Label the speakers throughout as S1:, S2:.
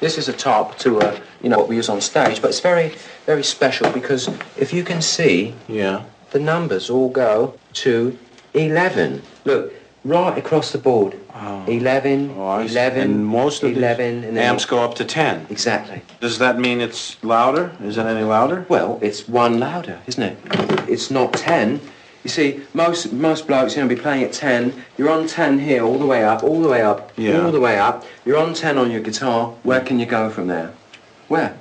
S1: This is a top to a you know what we use on stage, but it's very very special because if you can see,
S2: Yeah.
S1: the numbers all go to eleven. Look. Right across the board, eleven,
S2: Oh, I see.
S1: eleven,
S2: and most of these
S1: eleven, and then
S2: amps go up to 10.
S1: exactly.
S2: Does that mean it's louder? Is it any louder?
S1: Well, it's one louder, isn't it? It's not ten. You see, most most blokes you know be playing at ten. You're on ten here, all the way up, all the way up,
S2: Yeah.
S1: all the way up. You're on ten on your guitar. Where can you go from there? Where?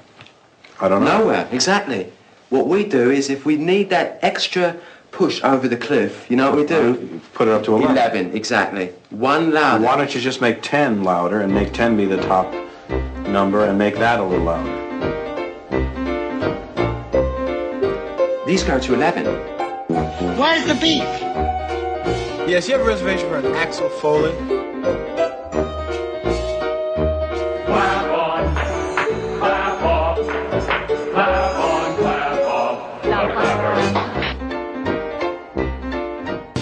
S2: I don't know.
S1: Nowhere. Exactly. What we do is if we need that extra push over the cliff, you know what we do?
S2: Put it up to 11.
S1: Eleven, exactly. One louder.
S2: Why don't you just make 10 louder and make 10 be the top number and make that a little louder?
S1: These go to eleven.
S3: Where's the beef?
S4: Yes, you have a reservation for an Axel Foley.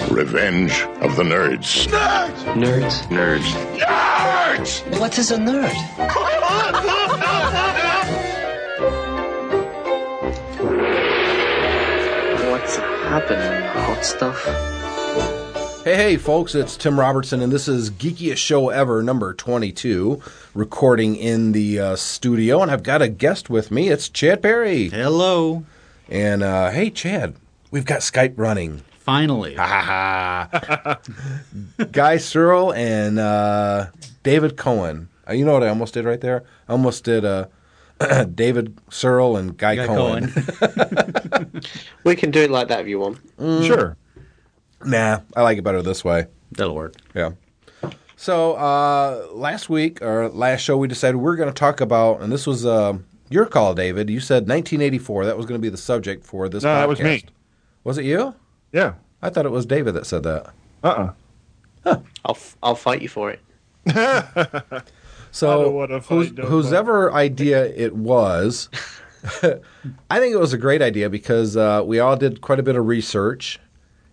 S5: Revenge of the Nerds.
S1: Nerds.
S5: Nerds.
S1: What is a nerd?
S6: What's happening? Hot stuff.
S7: Hey, hey, folks, it's Tim Robertson, and this is Geekiest Show Ever, number 22, recording in the uh, studio. And I've got a guest with me. It's Chad Perry.
S8: Hello.
S7: And uh, hey, Chad, we've got Skype running.
S8: Finally.
S7: Guy Searle and uh, David Cohen. Uh, you know what I almost did right there? I almost did uh, David Searle and Guy,
S8: Guy
S7: Cohen.
S6: We can do it like that if you want.
S8: Sure.
S7: nah, I like it better this way.
S8: That'll work.
S7: Yeah. So uh, last week or last show, we decided we're going to talk about, and this was uh, your call, David. You said 1984. That was going to be the subject for this.
S9: No, that was
S7: podcast.
S9: me.
S7: Was it you?
S9: Yeah.
S7: I thought it was David that said that.
S9: Uh-uh.
S6: I'll f- I'll fight you for it.
S9: I
S7: So
S9: don't wanna
S7: whose
S9: find out
S7: whose
S9: about-
S7: ever idea it was, I think it was a great idea because uh, we all did quite a bit of research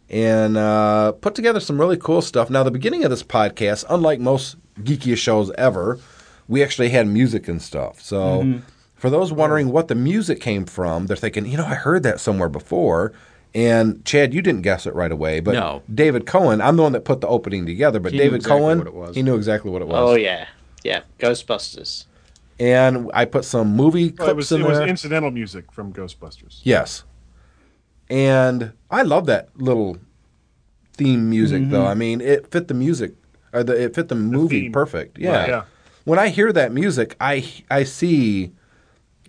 S7: and uh, put together some really cool stuff. Now, the beginning of this podcast, unlike most geekiest shows ever, we actually had music and stuff. So
S9: Mm-hmm.
S7: for those wondering what the music came from, they're thinking, you know, I heard that somewhere before. And Chad, you didn't guess it right away, but
S8: No.
S7: David Cohen, I'm the one that put the opening together, but
S8: He knew
S7: David
S8: exactly
S7: Cohen,
S8: what it was.
S7: he knew exactly what it was
S6: Oh yeah, yeah. Ghostbusters.
S7: and I put some movie clips
S9: Well, Oh, it was
S7: in
S9: it was
S7: there.
S9: incidental music from Ghostbusters.
S7: yes, and I love that little theme music though. I mean, it fit the music or the it fit the, movie
S9: Mm-hmm. theme.
S7: perfect. Yeah.
S9: yeah.
S7: When I hear that music, I I see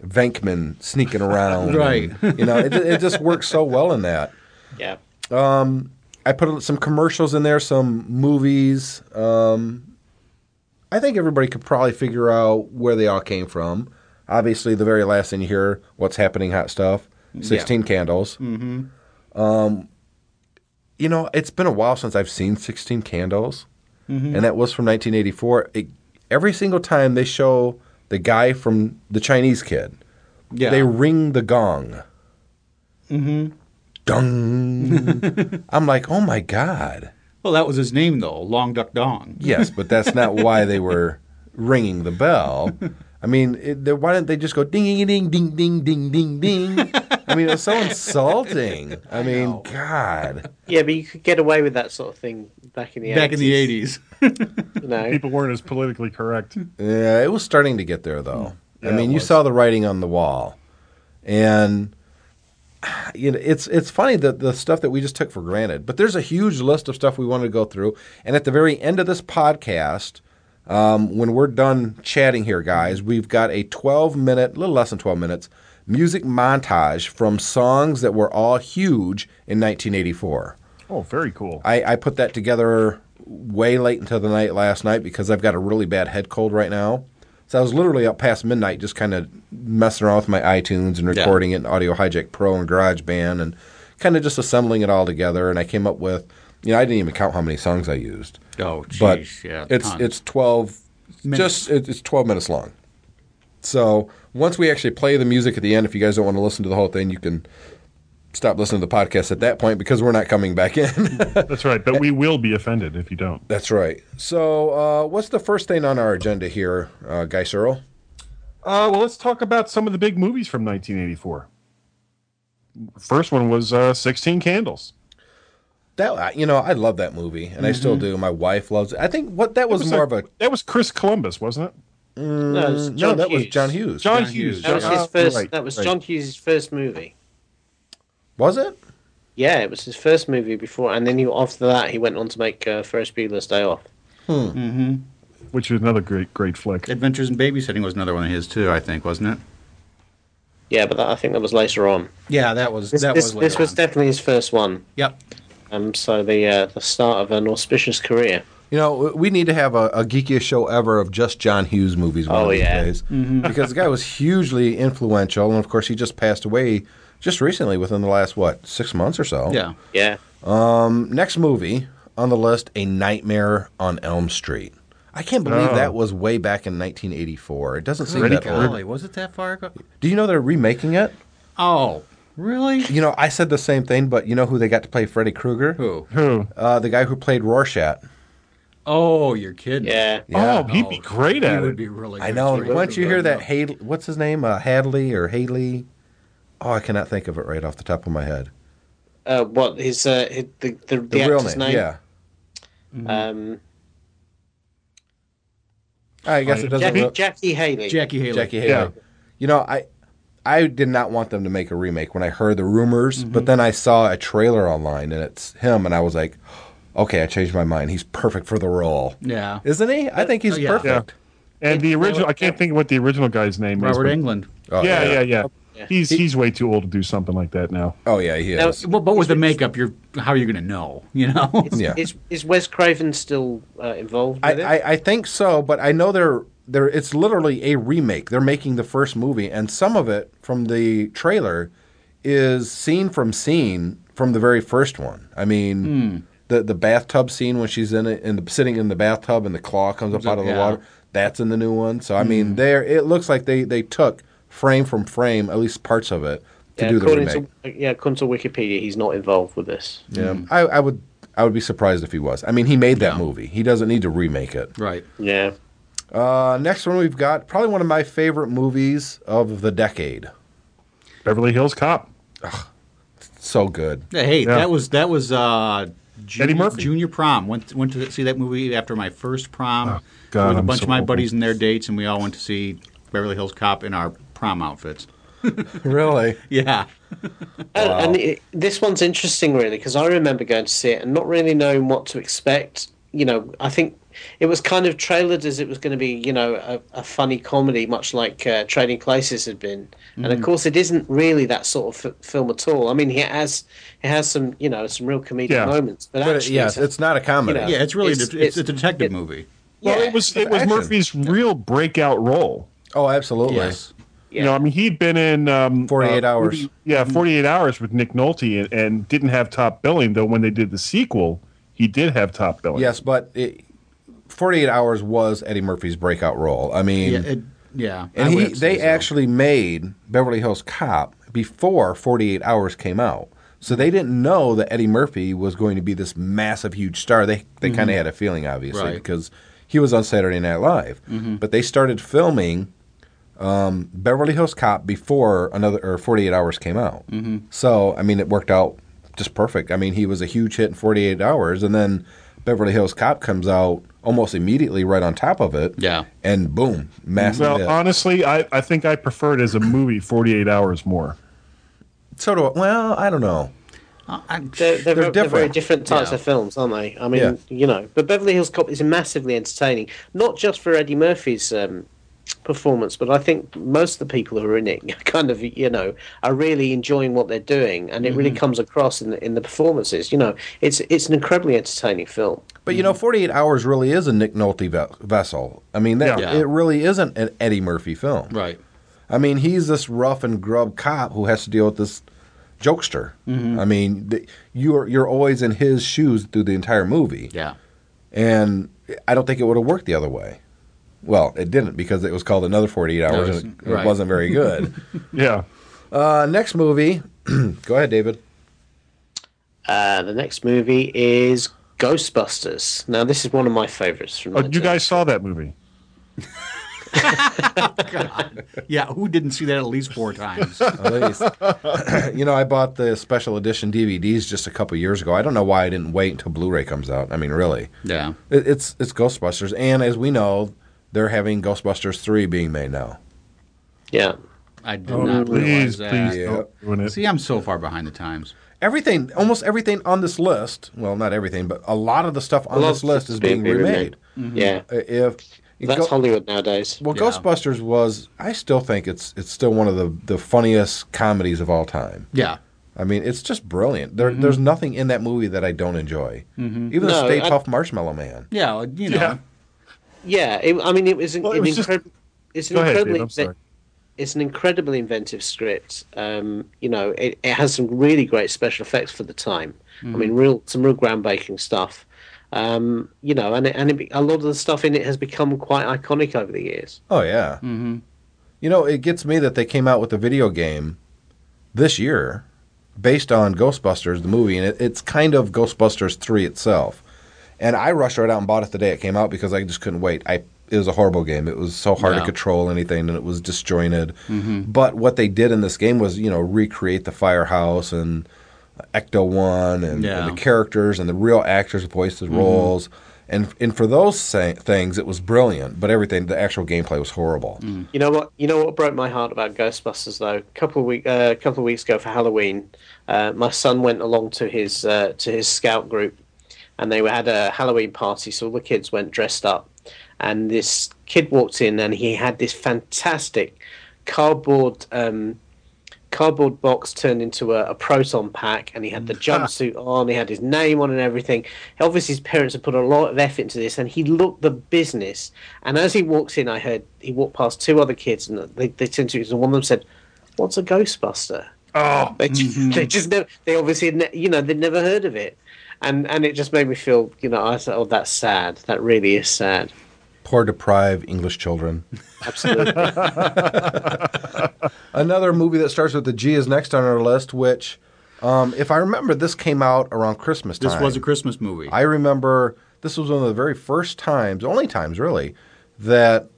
S7: Venkman sneaking around. and,
S8: Right.
S7: you know, it, it just works so well in that.
S6: Yeah.
S7: I put some commercials in there, some movies. Um, I think everybody could probably figure out where they all came from. Obviously, the very last thing you hear, "What's Happening," hot stuff, sixteen candles. Mm-hmm. Um, you know, it's been a while since I've seen sixteen candles, and that was from 1984. It, every single time they show the guy from the Chinese kid,
S8: Yeah.
S7: they ring the gong. Mm-hmm. Dung. I'm like, oh my god.
S8: well, that was his name, though. Long Duck Dong.
S7: Yes, but that's not why they were ringing the bell. I mean, it, they, why didn't they just go ding ding ding ding ding ding ding ding? I mean, it was so insulting. I mean, God.
S6: Yeah, but you could get away with that sort of thing back in the
S8: Back in the 80s.
S6: You know?
S9: People weren't as politically correct.
S7: Yeah, it was starting to get there though. I
S9: Yeah,
S7: mean, you
S9: it was.
S7: saw the writing on the wall, and you know it's it's funny that the stuff that we just took for granted. But there's a huge list of stuff we wanted to go through, and at the very end of this podcast. Um, when we're done chatting here, guys, we've got a 12 minute, little less than 12 minutes, music montage from songs that were all huge in 1984.
S9: Oh, very cool.
S7: I, I put that together way late into the night last night because I've got a really bad head cold right now. So I was literally up past midnight just kind of messing around with my iTunes and recording it in Audio Hijack Pro and GarageBand and kind of just assembling it all together. And I came up with, you know, I didn't even count how many songs I used.
S8: Oh,
S7: but
S8: jeez. Yeah.
S7: it's
S8: tons.
S7: it's 12 just it, it's 12 minutes long. So once we actually play the music at the end, if you guys don't want to listen to the whole thing, you can stop listening to the podcast at that point because we're not coming back in.
S9: That's right, but we will be offended if you don't.
S7: That's right. So, uh, what's the first thing on our agenda here, uh, Guy Searle?
S9: Uh, well, let's talk about some of the big movies from 1984. First one was uh, 16 Candles.
S7: That you know, I love that movie, and I still do. My wife loves it. I think what that was,
S9: was
S7: more
S9: a-
S7: of a
S9: That was Chris Columbus, wasn't it?
S6: No, it was
S7: no.
S6: John
S7: That was
S6: Hughes.
S7: John Hughes.
S9: John,
S8: John
S9: Hughes.
S8: Hughes.
S6: That was
S9: John-
S6: his
S9: oh,
S6: first.
S9: right,
S6: that was
S9: right.
S6: John Hughes' first movie.
S7: Was it?
S6: Yeah, it was his first movie before, and then he, after that, he went on to make uh, Ferris Bueller's Day Off.
S9: which was another great, great flick.
S8: Adventures in Babysitting was another one of his too, I think, wasn't it?
S6: Yeah, but that, I think that was later on.
S8: Yeah, that was
S6: This,
S8: that
S6: this,
S8: was.
S6: this was definitely his first one.
S8: yep.
S6: Um, so the uh, the start of an auspicious career.
S7: You know, w- we need to have a, a geekiest show ever of just John Hughes movies one
S6: Oh,
S7: of these
S6: yeah.
S7: days. because the guy was hugely influential, and of course, he just passed away just recently within the last, what, six months or so.
S8: Yeah.
S6: Yeah,
S7: Next movie on the list A Nightmare on Elm Street. I can't believe
S9: Oh.
S7: that was way back in 1984. It doesn't seem
S9: Pretty
S7: that old.
S8: Golly, was it that far ago?
S7: Do you know they're remaking it?
S8: Oh, really?
S7: You know, I said the same thing, but you know who they got to play Freddy Krueger?
S8: Who?
S9: Who? Oh,
S7: Uh, the guy who played Rorschach.
S8: Oh, you're kidding.
S6: yeah.
S9: Oh, he'd be great
S8: he
S9: at
S8: would
S9: it.
S8: be really.
S7: I
S8: good
S7: know.
S8: at
S7: and
S8: it.
S7: Once you hear that, Had- what's his name? Uh, Hadley or Haley? Oh, I cannot think of it right off the top of my head.
S6: Uh, what his uh, his- the the, the,
S7: The real
S6: actor's
S7: name,
S6: name?
S7: yeah.
S6: Um,
S7: I guess it doesn't.
S6: Jackie,
S7: look-
S6: Jackie Haley.
S8: Jackie Haley.
S7: Jackie Haley.
S9: Yeah.
S7: You know, I I did not want them to make a remake when I heard the rumors, but then I saw a trailer online and it's him, and I was like, okay, I changed my mind. He's perfect for the role, oh,
S8: Yeah.
S7: isn't he? I think he's
S8: yeah.
S7: perfect.
S9: And the original, I can't think of what the original guy's name is.
S8: Robert
S9: but-
S8: England.
S7: Oh,
S9: yeah, yeah, yeah,
S6: Yeah.
S9: He's he's way too old to do something like that now.
S7: Oh yeah, he
S6: Now,
S7: is.
S8: Well, but with the makeup, you're how are you going to know? You know.
S6: Is,
S7: Yeah.
S6: is, is Wes Craven still uh, involved?
S7: I,
S6: With it?
S7: I, I think so, but I know they're they're it's literally a remake. They're making the first movie, and some of it from the trailer is scene from scene from the very first one. I mean, the the bathtub scene when she's in it in the sitting in the bathtub and the claw comes up out of the
S8: yeah.
S7: water. That's in the new one. So I mean, there it looks like they they took frame from frame, at least parts of it, to
S6: yeah,
S7: do the
S6: according
S7: remake.
S6: to yeah, according to Wikipedia, he's not involved with this.
S7: yeah, I, I would. I would be surprised if he was. I mean, he made that movie. He doesn't need to remake it.
S8: Right.
S6: Yeah.
S7: Uh, next one we've got probably one of my favorite movies of the decade.
S9: Beverly Hills Cop.
S7: So good.
S8: Hey,
S9: Yeah.
S8: that was that was uh,
S9: Eddie
S8: junior,
S9: Murphy.
S8: junior prom. Went went to see that movie after my first prom
S9: Oh, God,
S8: with a
S9: I'm
S8: bunch
S9: so
S8: of my
S9: old.
S8: buddies and their dates, and we all went to see Beverly Hills Cop in our prom outfits.
S7: really?
S8: Yeah,
S6: And, Uh, and it, this one's interesting, really, because I remember going to see it and not really knowing what to expect. You know, I think it was kind of trailered as it was going to be, you know, a, a funny comedy, much like uh, Trading Places had been. And
S7: Mm.
S6: of course, it isn't really that sort of f- film at all. I mean, it has it has some, you know, some real comedic
S9: Yeah.
S6: moments, but,
S7: But uh, it-
S6: actually,
S7: yes, it's not a comedy.
S6: You know,
S8: yeah. It's really
S6: It's-
S8: it's, it's, a
S6: it's-
S8: detective
S6: it-
S8: movie.
S9: Well,
S6: Yeah.
S9: it was it was
S7: Action.
S9: Murphy's real breakout role.
S7: Oh, absolutely.
S8: Yes.
S6: yeah.
S9: You know, I mean, he'd been in um,
S7: 48 Hours. Mm-hmm.
S9: yeah, forty eight hours with Nick Nolte, and, and didn't have top billing. Though when they did the sequel, he did have top billing.
S7: Yes, but it, 48 Hours was Eddie Murphy's breakout role. I mean,
S8: Yeah. It, yeah. I
S7: and he
S8: would have to
S7: they
S8: say so.
S7: actually made Beverly Hills Cop before 48 Hours came out. So they didn't know that Eddie Murphy was going to be this massive huge star. They they kind of had a feeling obviously
S8: Mm-hmm. Right. Mm-hmm.
S7: because he was on Saturday Night Live. But they started filming um, Beverly Hills Cop before another or 48 Hours came out.
S8: Mm-hmm.
S7: So I mean it worked out just perfect. I mean he was a huge hit in 48 Hours and then Beverly Hills Cop comes out almost immediately right on top of it.
S8: Yeah.
S7: And boom, massive
S9: Well,
S7: hit.
S9: honestly, I, I think I prefer it as a movie, forty eight hours more.
S7: So do I. Well, I don't know.
S8: I- I-
S6: They're, they're,
S7: They're
S6: ve- they're very
S7: different.
S6: different types
S8: Yeah.
S6: of films, aren't they? I mean,
S7: Yeah.
S6: you know, but Beverly Hills Cop is massively entertaining, not just for Eddie Murphy's um, performance, but I think most of the people who are in it kind of, you know, are really enjoying what they're doing, and it really
S9: Mm-hmm.
S6: comes across in the, in the performances. You know, it's it's an incredibly entertaining film.
S7: But you know, 48 Hours really is a Nick Nolte ve- vessel. I mean, that,
S8: Yeah.
S7: it really isn't an Eddie Murphy film.
S8: right.
S7: I mean, he's this rough and grub cop who has to deal with this jokester. I mean, the, you're you're always in his shoes through the entire movie.
S8: Yeah.
S7: And I don't think it would have worked the other way. Well, it didn't because it was called Another 48 Hours
S8: it's-
S7: and it,
S8: right.
S7: it wasn't very good.
S9: Yeah,
S7: uh, next movie. Go ahead, David.
S6: Uh, the next movie is Ghostbusters. Now, this is one of my favourites from.
S9: oh, you guys saw that movie.
S8: Yeah, who didn't see that at least four times?
S7: At least. you know, I bought the special edition DVDs just a couple years ago. I don't know why I didn't wait until Blu-ray comes out. I mean, really,
S8: yeah.
S7: it, it's it's Ghostbusters, and as we know, they're having Ghostbusters three being made now.
S6: Yeah.
S8: I did
S9: Oh,
S8: not realize
S9: please,
S8: that.
S9: please
S7: Yeah.
S9: don't ruin it.
S8: See, I'm so far behind the times.
S7: Everything, almost everything on this list. Well, not everything, but a lot of the stuff on
S6: lot
S7: this
S6: of
S7: list
S6: stuff's
S7: is being,
S6: being
S7: remade.
S6: remade. Yeah.
S7: Uh, If
S6: That's
S7: Go-
S6: Hollywood nowadays.
S7: well,
S8: Yeah.
S7: Ghostbusters was. I still think it's it's still one of the the funniest comedies of all time.
S8: Yeah.
S7: I mean, it's just brilliant. There, There's nothing in that movie that I don't enjoy. Even the
S6: No,
S7: Stay
S6: I-
S7: Puft Marshmallow Man.
S8: Yeah, well, you know.
S9: Yeah.
S6: Yeah. It, I mean, it was an,
S9: Well, it
S6: an
S9: was just-
S6: incredible. It's an
S9: Go ahead,
S6: incredibly
S9: Dave. I'm sorry.
S6: it's an incredibly inventive script. Um, you know, it, it has some really great special effects for the time. I mean, real some real groundbreaking stuff. Um, you know, and it, and it, be- a lot of the stuff in it has become quite iconic over the years.
S7: Oh yeah. Mm-hmm. You know, it gets me that they came out with a video game this year based on Ghostbusters the movie, and it, it's kind of Ghostbusters three itself. And I rushed right out and bought it the day it came out because I just couldn't wait. I it was a horrible game. It was so hard
S8: Yeah. Mm-hmm.
S7: to control anything, and it was disjointed. But what they did in this game was, you know, recreate the firehouse and Ecto One and,
S8: Yeah. Mm-hmm.
S7: and the characters and the real actors who voiced the roles. And and for those sa- things, it was brilliant. But everything, the actual gameplay was horrible.
S6: You know what? You know what broke my heart about Ghostbusters though. A couple of week, uh, couple of weeks ago for Halloween, uh, my son went along to his uh, to his scout group, and they had a Halloween party. So all the kids went dressed up, and this kid walked in and he had this fantastic cardboard um, cardboard box turned into a, a proton pack, and he had the jumpsuit on. He had his name on and everything. Obviously, his parents had put a lot of effort into this, and he looked the business. And as he walks in, I heard he walked past two other kids, and they, they turned to each other, and one of them said, "What's a Ghostbuster?"
S9: Oh,
S6: They just, they just never, they obviously had ne- you know they'd never heard of it, and and it just made me feel you know I thought oh that's sad that really is sad
S7: Poor deprived English children.
S6: absolutely
S7: Another movie that starts with the G is next on our list, which, um, if I remember, this came out around Christmas time.
S8: This was a Christmas movie.
S7: I remember this was one of the very first times, only times really, that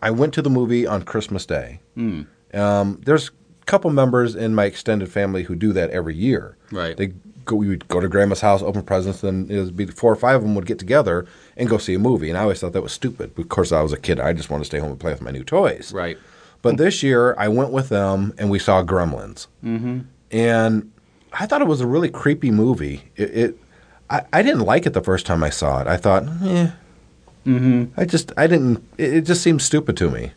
S7: I went to the movie on Christmas Day.
S8: Hmm.
S7: Um, there's a couple members in my extended family who do that every year.
S8: Right.
S7: They go, we would go to grandma's house, open presents, and it would be four or five of them would get together and go see a movie. And I always thought that was stupid. Of course, I was a kid. I just wanted to stay home and play with my new toys.
S8: right.
S7: But this year, I went with them and we saw Gremlins, mm-hmm. and I thought it was a really creepy movie. It, it I, I didn't like it the first time I saw it. I thought, eh. Mm-hmm. I just, I didn't. It, it just seemed stupid to me.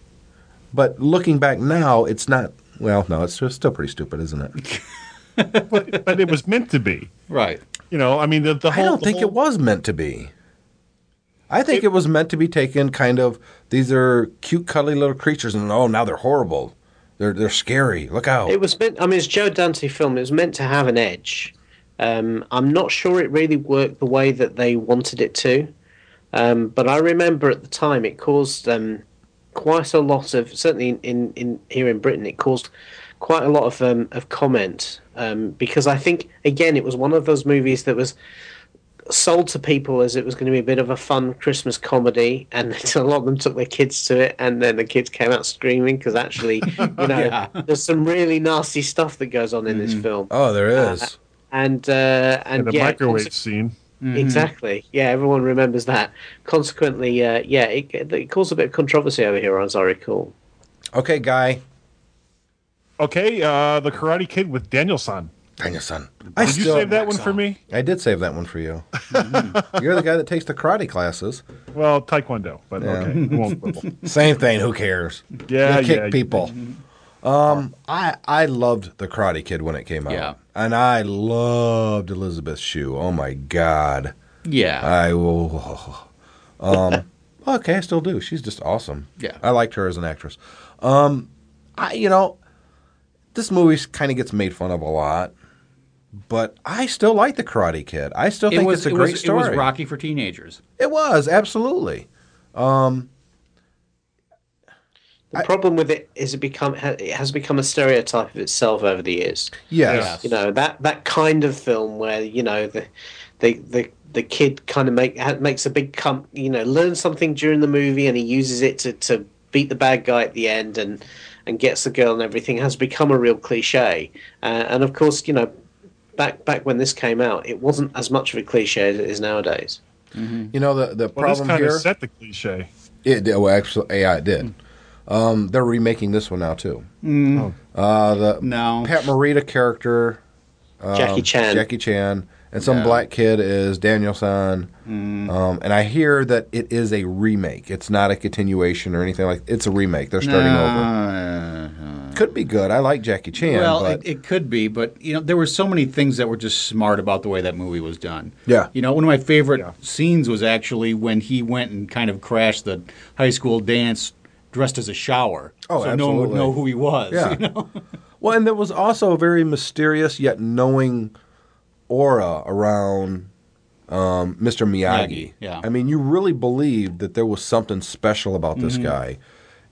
S7: But looking back now, it's not. Well, no, it's still pretty stupid, isn't it?
S9: but, but it was meant to be.
S8: Right.
S9: You know, I mean, the, the
S7: I
S9: whole.
S7: don't
S9: the
S7: think
S9: whole-
S7: it was meant to be. I think it, was meant to be taken kind of. These are cute, cuddly little creatures, and oh, now they're horrible. They're they're scary. Look out!
S6: it was meant I mean it's a Joe Dante film it was meant to have an edge um, I'm not sure it really worked the way that they wanted it to um, but I remember at the time it caused um, quite a lot of certainly in, in, in here in Britain it caused quite a lot of um, of comment um, because I think again it was one of those movies that was sold to people as it was going to be a bit of a fun Christmas comedy, and a lot of them took their kids to it, and then the kids came out screaming because actually, you know, there's some really nasty stuff that goes on in this film,
S7: Oh, there is.
S6: and uh, and
S9: Mm. the
S6: yeah,
S9: microwave Mm-hmm.
S6: conse-
S9: scene.
S6: exactly, yeah, everyone remembers that. Consequently, uh, yeah, it, it caused a bit of controversy over here, as I recall.
S7: okay, guy.
S9: Okay, uh, the Karate Kid with Danielson.
S7: Danielson. I
S9: Did you save that Mm-hmm. one for me?
S7: I did save that one for you. You're the guy that takes the karate classes.
S9: Well, Taekwondo, but okay, I won't quibble.
S7: Same thing. Who cares?
S9: Yeah,
S7: You kick
S9: yeah.
S7: people. Um, I I loved the Karate Kid when it came out.
S8: Yeah.
S7: And I loved Elizabeth Shue. Oh my God.
S8: Yeah.
S7: I will. Um, okay, I still do. She's just awesome.
S8: Yeah.
S7: I liked her as an actress. Um, I you know, this movie kind of gets made fun of a lot, but I still like the Karate Kid. I still
S8: it
S7: think it's
S8: was
S7: a
S8: it
S7: great
S8: was,
S7: story.
S8: It was Rocky for teenagers.
S7: It was, absolutely.
S6: The problem with it is it become ha- it has become a stereotype of itself over the years.
S7: Yes.
S6: you know that that kind of film where you know the the the, the kid kind of make ha- makes a big com- you know learns something during the movie and he uses it to to beat the bad guy at the end and and gets the girl and everything has become a real cliche. Uh, and of course, you know, back back when this came out, it wasn't as much of a cliche as it is nowadays.
S7: You know the the
S9: Well, this
S7: problem
S9: kind
S7: here.
S9: of set the cliche.
S7: It did. Well, actually, yeah, it
S8: Mm.
S7: did. Um, they're remaking this one now too. Uh, the
S8: No.
S7: Pat Morita character, Oh,
S6: Jackie Chan.
S7: Um, Jackie Chan, and some black kid is Danielson.
S8: Mm.
S7: Um, and I hear that it is a remake. It's not a continuation or anything like. It's a remake. They're starting
S8: Uh,
S7: over. Could be good. I like Jackie Chan.
S8: well, it,
S7: but
S8: it could be, but you know, there were so many things that were just smart about the way that movie was done.
S7: Yeah.
S8: you know, one of my favorite scenes was actually when he went and kind of crashed the high school dance dressed as a shower,
S7: Oh,
S8: so no one would
S7: absolutely.
S8: know who he was.
S7: yeah.
S8: you know?
S7: Well, and there was also a very mysterious yet knowing aura around um, Mr. Miyagi.
S8: Miyagi, yeah.
S7: I mean, you really believed that there was something special about this
S8: Mm-hmm.
S7: guy.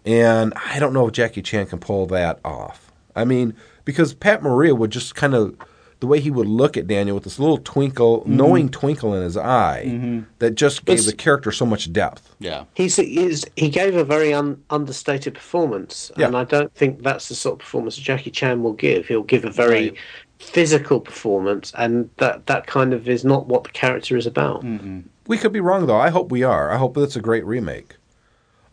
S7: And I don't know if Jackie Chan can pull that off. I mean, because Pat Maria would just kind of the way he would look at Daniel with this little twinkle,
S8: Mm-hmm.
S7: knowing twinkle in his eye that just gave
S6: It's-
S7: the character so much depth.
S8: yeah.
S6: He's, he's he gave a very un, understated performance,
S7: Yeah.
S6: and I don't think that's the sort of performance Jackie Chan will give. He'll give a very physical performance, and that that kind of is not what the character is about.
S7: We could be wrong though. I hope we are. I hope that's a great remake.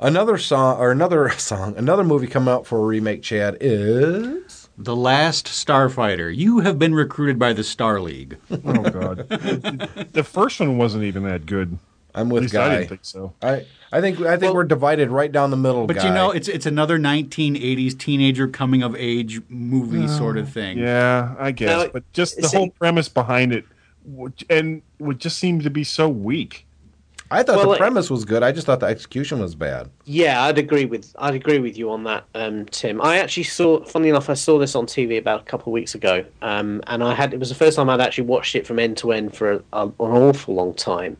S7: Another song or another song, another movie coming out for a remake, Chad, is
S8: The Last Starfighter. You have been recruited by the Star League.
S9: Oh god, the first one wasn't even that good.
S7: I'm
S9: At
S7: with
S9: least I
S7: Guy.
S9: didn't think so.
S7: I, I think I think we're divided right down the middle.
S8: But
S7: Guy.
S8: you know, it's it's another 1980s teenager coming of age movie
S7: Hmm.
S8: sort of thing.
S9: Yeah, I guess.
S6: Now,
S9: but just the
S6: see-
S9: whole premise behind it, would- and would just seem to be so weak.
S7: I thought
S6: well,
S7: the
S6: it-
S7: premise was good. I just thought the execution was bad.
S6: Yeah, I'd agree with I'd agree with you on that, um, Tim. I actually saw, funny enough, I saw this on TV about a couple of weeks ago, um, and I had it was the first time I'd actually watched it from end to end for a, a, an awful long time.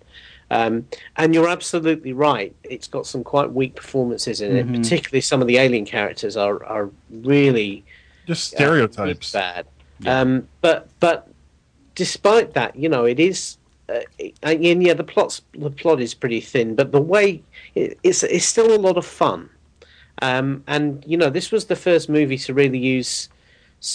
S6: Um, and you're absolutely right; it's got some quite weak performances in it, particularly some of the alien characters are are really
S9: Just
S6: uh, really
S9: stereotypes.
S6: bad. Um, but but despite that, you know, it is. Uh, and and yeah, the plot's the plot is pretty thin, but the way it, it's it's still a lot of fun. Um, and you know, this was the first movie to really use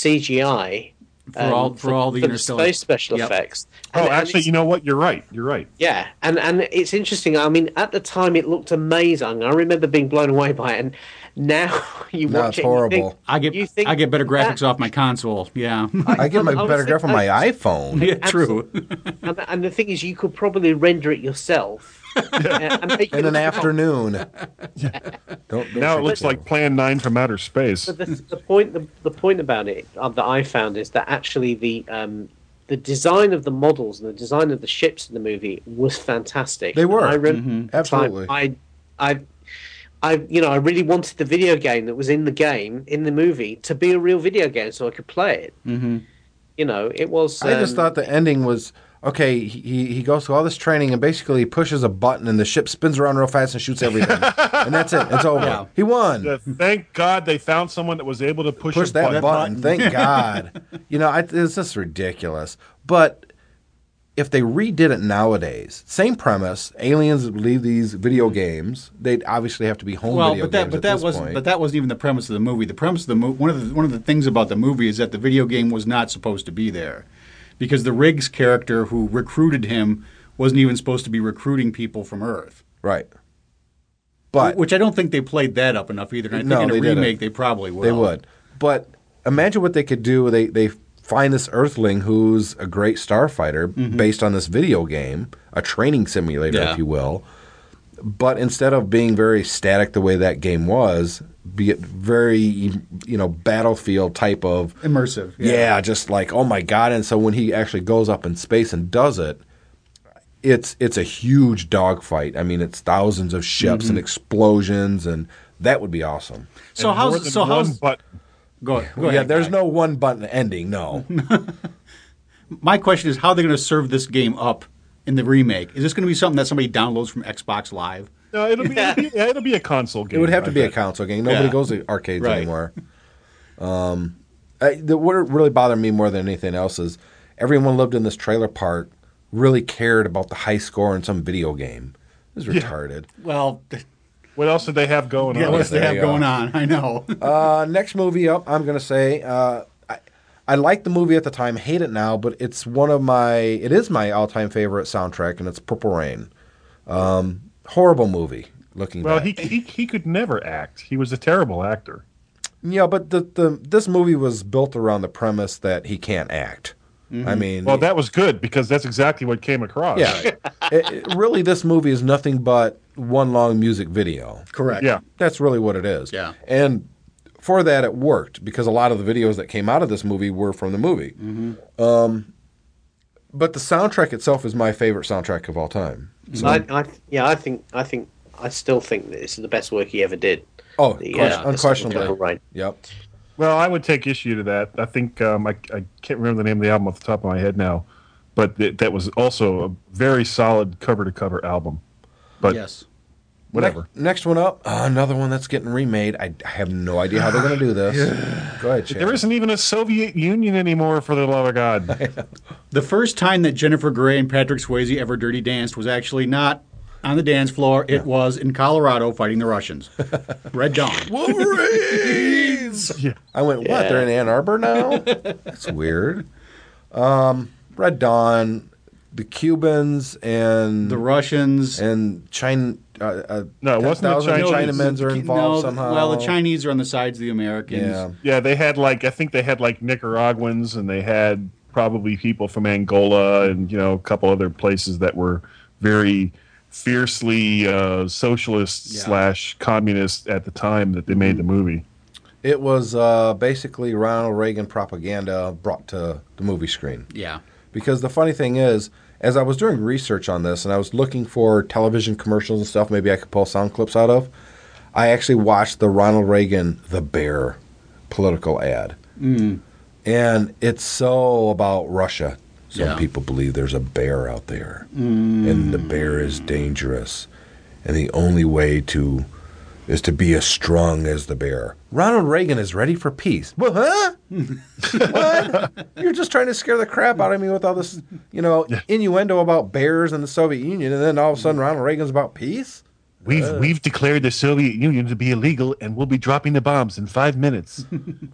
S6: CGI
S8: For all- for all the
S6: for
S8: interstellar-
S6: space special
S8: Yep.
S6: effects.
S9: oh,
S6: And- and
S9: actually,
S6: it's-
S9: you know what? You're right. You're right.
S6: yeah, and and it's interesting. I mean, at the time it looked amazing. I remember being blown away by it. And now you
S7: Now
S6: watch it,
S7: it's
S6: and you think-
S7: horrible.
S8: I get
S6: you think
S8: I get better graphics
S6: that-
S8: off my console. Yeah.
S7: I get my
S6: I was
S7: better graph on my
S6: thinking-
S7: iPhone.
S8: yeah true.
S6: and, and the thing is, you could probably render it yourself uh, and make
S7: In
S6: it
S7: an
S6: look-
S7: afternoon. Don't, don't
S9: Now it
S7: trick
S9: looks
S7: me.
S9: like Plan Nine from Outer Space.
S6: But the, the point, the, the point about it uh, that I found is that actually the um, the design of the models and the design of the ships in the movie was fantastic.
S7: They were.
S6: And I rem-
S7: Absolutely.
S6: I, I, I, you know, I really wanted the video game that was in the game in the movie to be a real video game, so I could play it. Mm-hmm. You know, it was.
S7: I just
S6: um,
S7: thought the ending was okay. He he- he goes through all this training and basically he pushes a button and the ship spins around real fast and shoots everything, and that's it. It's over. He won.
S9: Yeah, thank God they found someone that was able to push,
S7: Push
S9: a
S7: that button.
S9: button.
S7: Thank God. You know, I, it's just ridiculous. But if they redid it nowadays, same premise, aliens leave these video games. They'd obviously have to be home
S8: Mm-hmm. Well,
S7: video
S8: but that
S7: games
S8: but
S7: at
S8: that
S7: this
S8: wasn't
S7: point.
S8: but that wasn't even the premise of the movie. The premise of the movie one of the one of the things about the movie is that the video game was not supposed to be there, because the Riggs character who recruited him wasn't even supposed to be recruiting people from Earth.
S7: right. But
S8: Which I don't think they played that up enough either. And I think
S7: No,
S8: in a
S7: they didn't.
S8: remake they probably would.
S7: They would. But imagine what they could do. They they find this Earthling who's a great starfighter based on this video game, a training simulator,
S8: Yeah.
S7: if you will. But instead of being very static the way that game was, be it very you know battlefield type of
S8: Immersive.
S7: yeah. just like oh my god. And so when he actually goes up in space and does it. It's it's a huge dogfight. I mean, it's thousands of ships and explosions, and that would be awesome.
S8: So
S9: And more
S8: how's
S9: than
S8: so
S9: one
S8: how's
S9: button.
S8: go, go
S7: yeah,
S8: ahead,
S7: there's
S8: Guy.
S7: no one button ending. No,
S8: My question is, how are they going to serve this game up in the remake? Is this going to be something that somebody downloads from Xbox Live?
S9: No, it'll be, it'll be yeah, it'll be a console game.
S7: it would have
S9: I
S7: to be a
S9: bet.
S7: console game. Nobody
S8: Yeah.
S7: goes to arcades
S8: Right.
S7: anymore. Um, I, the, what really bothered me more than anything else is everyone lived in this trailer park really cared about the high score in some video game. It was retarded.
S8: Well,
S9: What else did they have going
S8: Yeah,
S9: on?
S8: what else they
S7: Oh, there
S8: have
S7: you
S8: going on? I know.
S7: Uh, next movie up, I'm going to say uh, I, I liked the movie at the time, hate it now, but it's one of my it is my all time favorite soundtrack, and it's Purple Rain. Um, horrible movie. Looking
S9: Well,
S7: back.
S9: he, he he could never act. He was a terrible actor.
S7: yeah, but the, the this movie was built around the premise that he can't act. I mean,
S9: Mm-hmm. Well, that was good because that's exactly what came across.
S7: yeah, it, it- really, this movie is nothing but one long music video.
S8: Correct.
S9: Yeah.
S7: That's really what it is.
S8: Yeah.
S7: And for that, it worked because a lot of the videos that came out of this movie were from the movie. Um,
S9: Mm-hmm.
S7: but the soundtrack itself is my favorite soundtrack of all time.
S6: I, I, yeah, I think I think I still think that this is the best work he ever did.
S7: Oh,
S6: Yeah,
S7: question-
S6: this is
S7: unquestionably.
S6: Purple Rain.
S7: Yep.
S9: Well, I would take issue to that. I think um, I, I can't remember the name of the album off the top of my head now, but th- that was also a very solid cover to cover album. But
S8: Yes.
S9: whatever.
S7: Next, next one up, uh, another one that's getting remade. I, I have no idea how they're going to do this. Go ahead, Chad.
S9: There isn't even a Soviet Union anymore, for the love of God.
S8: The first time that Jennifer Grey and Patrick Swayze ever dirty danced was actually not on the dance floor. It was in Colorado fighting the Russians. Red Dawn.
S7: Wolverines. I went, what? They're in Ann Arbor now? That's weird. Um, Red Dawn, the Cubans, and
S8: The Russians.
S7: and China. Uh, uh,
S9: No, it wasn't
S7: 10,000
S9: the Chinese.
S7: Chinamen's are involved
S8: No,
S7: somehow.
S8: Well, the Chinese are on the sides of the Americans.
S7: Yeah.
S9: yeah, they had like I think they had like Nicaraguans and they had probably people from Angola and you know a couple other places that were very fiercely uh, socialist
S8: Yeah.
S9: slash communist at the time that they made the movie.
S7: It was uh, basically Ronald Reagan propaganda brought to the movie screen.
S8: Yeah.
S7: Because the funny thing is, as I was doing research on this and I was looking for television commercials and stuff, maybe I could pull sound clips out of, I actually watched the Ronald Reagan The Bear political ad. And it's so about Russia. Some
S8: Yeah.
S7: people believe there's a bear out there and the bear is dangerous. And the only way to is to be as strong as the bear. Ronald Reagan is ready for peace. Well, huh? You're just trying to scare the crap out of me with all this, you know, innuendo about bears and the Soviet Union, and then all of a sudden Ronald Reagan's about peace.
S9: We've we've declared the Soviet Union to be illegal, and we'll be dropping the bombs in five minutes.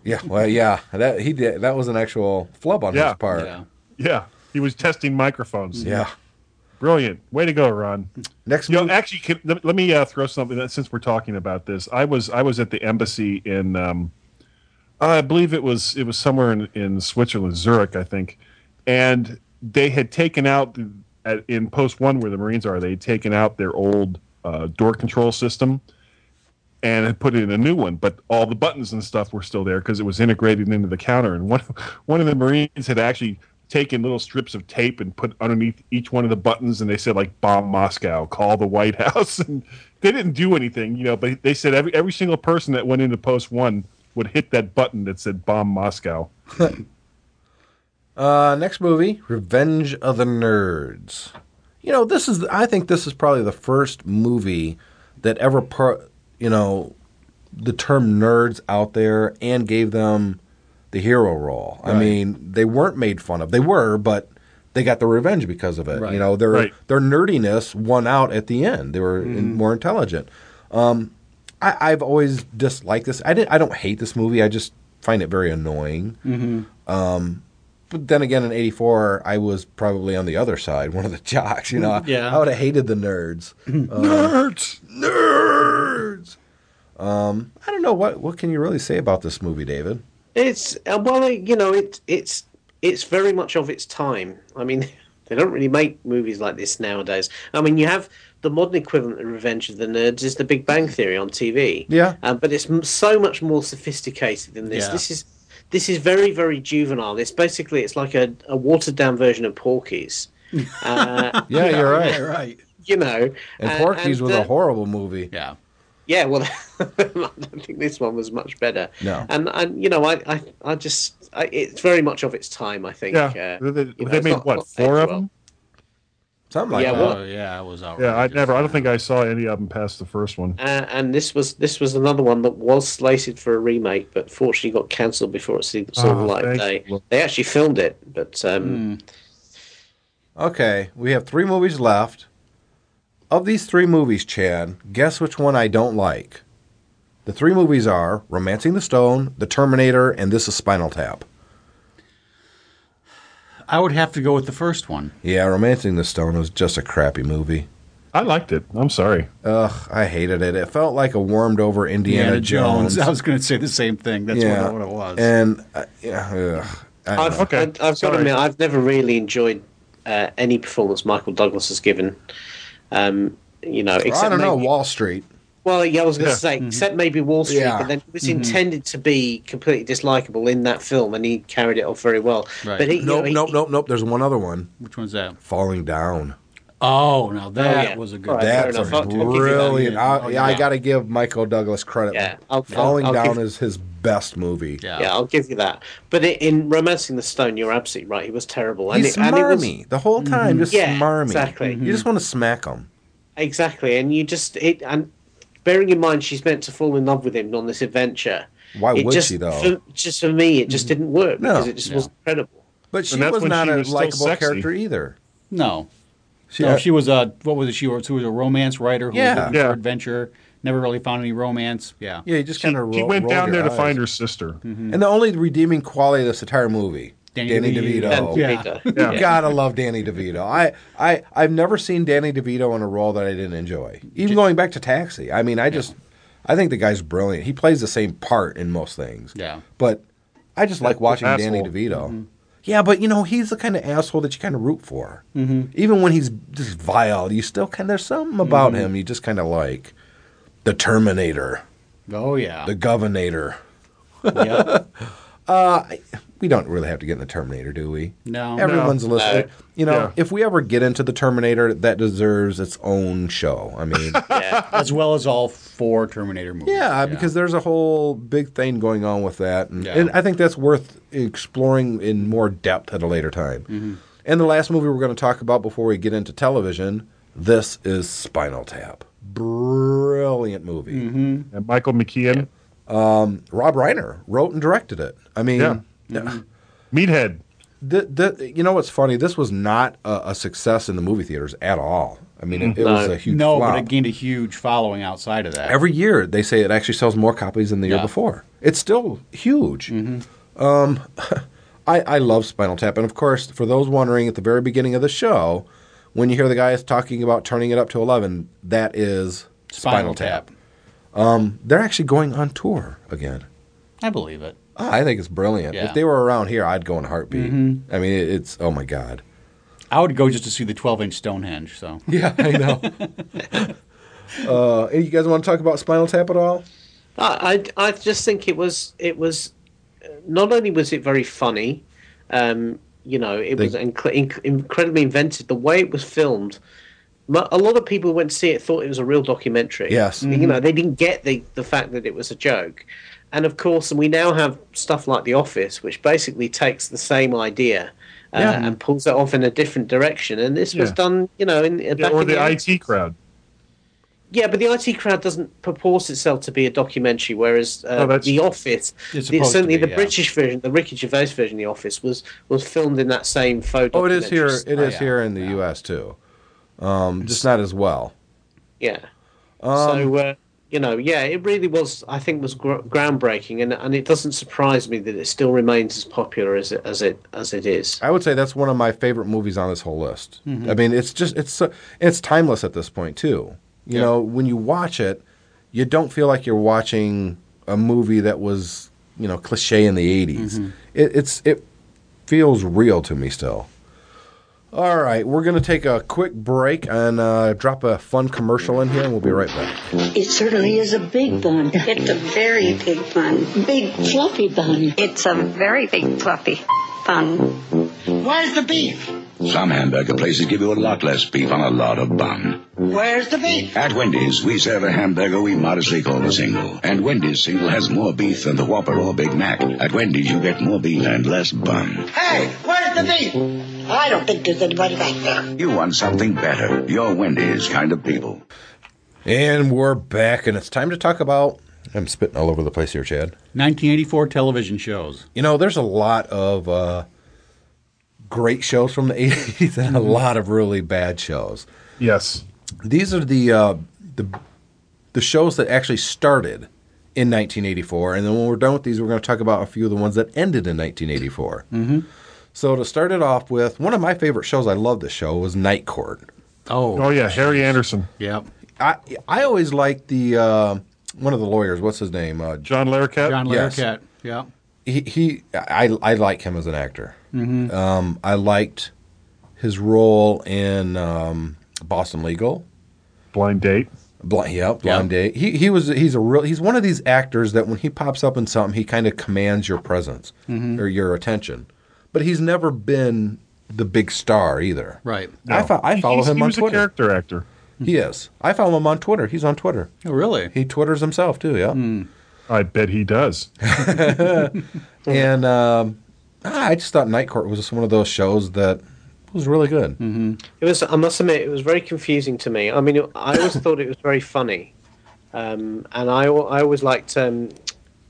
S7: Yeah, well, yeah, that he did. That was an actual flub on
S9: Yeah.
S7: his part.
S8: Yeah.
S9: yeah, he was testing microphones.
S7: Yeah.
S9: brilliant, way to go, Ron.
S7: Next
S9: Yo,
S7: movie-
S9: actually, can, let, let me uh, throw something since we're talking about this. I was I was at the embassy in, um, I believe it was it was somewhere in, in Switzerland, Zurich, I think, and they had taken out the- at, in post one where the Marines are. They had taken out their old uh, door control system and had put in a new one, but all the buttons and stuff were still there because it was integrated into the counter. And one one of the Marines had actually taken little strips of tape and put underneath each one of the buttons, and they said like "bomb Moscow, call the White House." And they didn't do anything, you know, but they said every every single person that went into post one would hit that button that said "bomb Moscow."
S7: Uh, next movie, Revenge of the Nerds. You know, this is I think this is probably the first movie that ever put you know the term nerds out there and gave them the hero role. I mean, they weren't made fun of. They were, but they got the revenge because of it.
S8: Right.
S7: You know, their
S9: Right.
S7: their nerdiness won out at the end. They were in- more intelligent. Um, I, I've always disliked this. I didn't. I don't hate this movie. I just find it very annoying. But then again, in '84, I was probably on the other side, one of the jocks. You know,
S8: Yeah.
S7: I would have hated the nerds. Um,
S9: Nerds.
S7: nerds. Um, I don't know what what can you really say about this movie, David.
S6: It's uh, well, it, you know, it's it's it's very much of its time. I mean, they don't really make movies like this nowadays. I mean, you have the modern equivalent of Revenge of the Nerds is The Big Bang Theory on TV.
S7: Yeah.
S6: uh, but it's m- so much more sophisticated than this.
S8: Yeah.
S6: This is this is very very juvenile. It's basically it's like a, a watered down version of Porky's. Uh,
S7: Yeah, you're right.
S8: Yeah, right.
S6: you know,
S7: And
S6: uh,
S7: Porky's
S6: and,
S7: was a
S6: uh,
S7: horrible movie.
S8: Yeah.
S6: yeah, well, I don't think this one was much better.
S7: No.
S6: and and you know, I I, I just I, it's very much of its time. I think.
S9: Yeah,
S6: uh,
S9: they,
S6: you know,
S9: they
S6: it's
S9: made
S6: not-
S9: what
S6: not
S9: four
S6: aged
S9: of
S6: well.
S9: them?
S7: Something like
S6: Yeah,
S7: that.
S6: well-
S8: Oh, yeah, it was outrageous.
S9: Yeah, I never. I don't think I saw any of them past the first one.
S6: Uh, and this was this was another one that was slated for a remake, but fortunately got cancelled before it see- saw the
S9: Oh,
S6: light of day.
S9: thank you.
S6: They actually filmed it, but um,
S7: okay, we have three movies left. Of these three movies, Chad, guess which one I don't like. The three movies are Romancing the Stone, The Terminator, and This is Spinal Tap.
S8: I would have to go with the first one.
S7: Yeah, Romancing the Stone was just a crappy movie.
S9: I liked it. I'm sorry.
S7: Ugh, I hated it. It felt like a warmed over Indiana Jones.
S8: I was going to say the same thing. That's
S7: yeah.
S8: what, what it was.
S7: And uh, yeah, ugh, I don't
S6: I've,
S7: know.
S9: Okay,
S6: I've, I've got to
S9: sorry.
S6: admit, I've never really enjoyed uh, any performance Michael Douglas has given. Um, you know,
S7: Or I
S6: except
S7: don't know
S6: maybe-
S7: Wall Street.
S6: Well, yeah, I was going to
S9: Yeah.
S6: say, except maybe Wall Street,
S7: Yeah.
S6: but then it was intended to be completely dislikable in that film, and he carried it off very well.
S8: Right.
S6: But he,
S7: Nope,
S6: you know, he-
S7: nope, nope, nope. There's one other one.
S8: Which one's that?
S7: Falling down.
S8: Oh, now that
S6: yeah.
S8: was a
S6: All
S8: good.
S6: right, fair
S7: That's a
S8: That's
S6: enough. I'll- I'll give you that.
S7: brilliant. I,
S8: Oh,
S7: yeah, I
S8: yeah.
S7: got to give Michael Douglas credit.
S6: Yeah, I'll- I'll-
S7: Falling
S6: I'll
S7: down
S6: give-
S7: is his best movie.
S8: Yeah.
S6: Yeah, I'll give you that. But i in *Romancing the Stone*, you're absolutely right. He was terrible, it,
S7: He's
S6: it was-
S7: smarmy the whole time. Just
S6: Yeah,
S7: smarmy.
S6: exactly.
S7: You just want to smack him.
S6: Exactly, and you just it and bearing in mind she's meant to fall in love with him on this adventure.
S7: Why
S6: it
S7: would
S6: just,
S7: she, though?
S6: For, just for me, it just didn't work
S7: No.
S6: because it just wasn't credible.
S7: But she
S9: that's
S7: was
S9: when
S7: not
S9: she
S7: a
S9: was still
S7: likable
S9: sexy.
S7: character either.
S8: No.
S7: She-
S8: no, she was a what was it? She was, she was a romance writer who
S7: Yeah.
S8: was looking for
S9: Yeah.
S8: adventure. Never really found any romance. Yeah.
S7: Yeah, you just kind of
S9: He went down there to find her sister.
S7: And the only redeeming quality of this entire movie, Danny,
S8: Danny
S7: DeVito.
S8: DeVito.
S6: And
S8: Yeah.
S6: Peter,
S9: Yeah.
S7: You gotta love Danny DeVito. I, I, I've never seen Danny DeVito in a role that I didn't enjoy. Even going back to Taxi, I mean, I just, I think the guy's brilliant. He plays the same part in most things.
S8: Yeah. Mm-hmm.
S7: But I just like watching Danny
S9: asshole.
S7: DeVito. Yeah, but you know, he's the kind of asshole that you kind of root for. Mm-hmm. Even when he's just vile, you still kind there's something about
S8: Mm-hmm.
S7: him you just kind of like. The Terminator,
S8: Oh yeah.
S7: the Governator.
S8: Yep.
S7: we don't really have to get in the Terminator, do we?
S8: No.
S7: Everyone's listening. You know,
S9: Yeah.
S7: if we ever get into the Terminator, that deserves its own show. I mean,
S6: yeah.
S8: as well as all four Terminator movies.
S7: yeah, because there's a whole big thing going on with that. And,
S8: Yeah.
S7: and I think that's worth exploring in more depth at a later time. And the last movie we're going to talk about before we get into television this is Spinal Tap. Brilliant movie.
S9: And Michael McKeon,
S7: Rob Reiner wrote and directed it. I mean,
S9: Yeah. Meathead.
S7: the, the, you know what's funny? This was not a, a success in the movie theaters at all. I mean, it, it was a huge
S8: no,
S7: flop.
S8: but it gained a huge following outside of that.
S7: Every year they say it actually sells more copies than the year
S8: Yeah. Mm-hmm.
S7: before. It's still huge. Um, I, I love Spinal Tap, and of course, for those wondering, at the very beginning of the show, when you hear the guys talking about turning it up to eleven, that is
S8: Spinal Tap.
S7: They're actually going on tour again. Ah,
S8: I believe it.
S7: I think it's brilliant.
S8: Yeah. Mm-hmm.
S7: If they were around here, I'd go in a heartbeat. I mean, it, it's oh my god.
S8: I would go just to see the 12-inch Stonehenge. So
S7: Yeah, I know. uh, you guys want to talk about Spinal Tap at all?
S6: I, I I just think it was it was not only was it very funny, um, you know, it was inc- inc- incredibly invented. The way it was filmed, mu- a lot of people who went to see it thought it was a real documentary.
S7: Yes.
S8: Mm-hmm.
S6: you know, they didn't get the the fact that it was a joke. And of course, we now have stuff like The Office, which basically takes the same idea uh,
S7: Yeah.
S6: and pulls it off in a different direction. And this was
S9: Yeah.
S6: done, you know, in,
S9: Yeah,
S6: back
S9: or
S6: in
S9: the
S6: 80s.
S9: IT crowd.
S6: Yeah, but the IT crowd doesn't purport itself to be a documentary, whereas uh,
S9: Oh, that's-
S6: the Office,
S8: It's
S6: the,
S8: supposed to
S6: certainly
S8: be,
S6: the
S8: yeah.
S6: British version, the Ricky Gervais version of the Office was was filmed in that same photo.
S7: Oh, it is here. It is
S8: Oh, yeah.
S7: here in the U.S. too. Um, just not as well.
S6: Yeah. so uh, you know, yeah, it really was. I think was gr- groundbreaking, and and it doesn't surprise me that it still remains as popular as it as it as it is.
S7: I would say that's one of my favorite movies on this whole list. I mean, it's just it's so, it's timeless at this point too. You
S8: Yeah.
S7: know, when you watch it, you don't feel like you're watching a movie that was you know cliche in the '80s. It, it's it feels real to me still. All right, we're gonna take a quick break and uh, drop a fun commercial in here, and we'll be right back.
S10: It certainly is a big bun. It's a very big bun. Big fluffy bun. It's a very big fluffy bun.
S3: Where's the beef?
S5: Some hamburger places give you a lot less beef on a lot of bun.
S3: Where's the beef?
S5: At Wendy's, we serve a hamburger we modestly call a single. And Wendy's single has more beef than the Whopper or Big Mac. At Wendy's, you get more beef and less bun.
S3: Hey, where's the beef? I don't think there's anybody back there.
S5: You want something better. You're Wendy's kind of people.
S7: And we're back, and it's time to talk about. I'm spitting all over the place here, Chad.
S8: 1984 television shows.
S7: You know, there's a lot of uh, great shows from the 80s and a lot of really bad shows.
S9: Yes.
S7: these are the uh, the the shows that actually started in 1984, and then when we're done with these, we're going to talk about a few of the ones that ended in 1984. Mm-hmm. So to start it off with, one of my favorite shows, I love this show, was Night Court.
S8: Oh,
S9: Oh yeah, Harry Anderson,
S8: yep.
S7: I I always liked the uh, one of the lawyers. What's his name? Uh,
S9: John Larroquette.
S8: John
S7: Yes.
S8: Larroquette. Yeah.
S7: he, he I I like him as an actor.
S9: Mm-hmm.
S7: Um, I liked his role in um, Boston Legal.
S9: Blind Date.
S7: Blind, yep, blind date. He he was he's a real he's one of these actors that when he pops up in something he kind of commands your presence
S9: Mm-hmm.
S7: or your attention, but he's never been the big star either.
S8: Right.
S7: I, fo- I follow
S9: He's-
S7: him
S9: he
S7: on
S9: was a
S7: Twitter.
S9: character actor.
S7: He is. I follow him on Twitter. He's on Twitter.
S8: Oh, really?
S7: He twitters himself too. Yeah.
S9: Hmm. I bet he does.
S7: And um, I just thought Night Court was just one of those shows that was really good.
S6: It was. I must admit, it was very confusing to me. I mean, I always thought it was very funny, um, and I, al- I always liked. Um,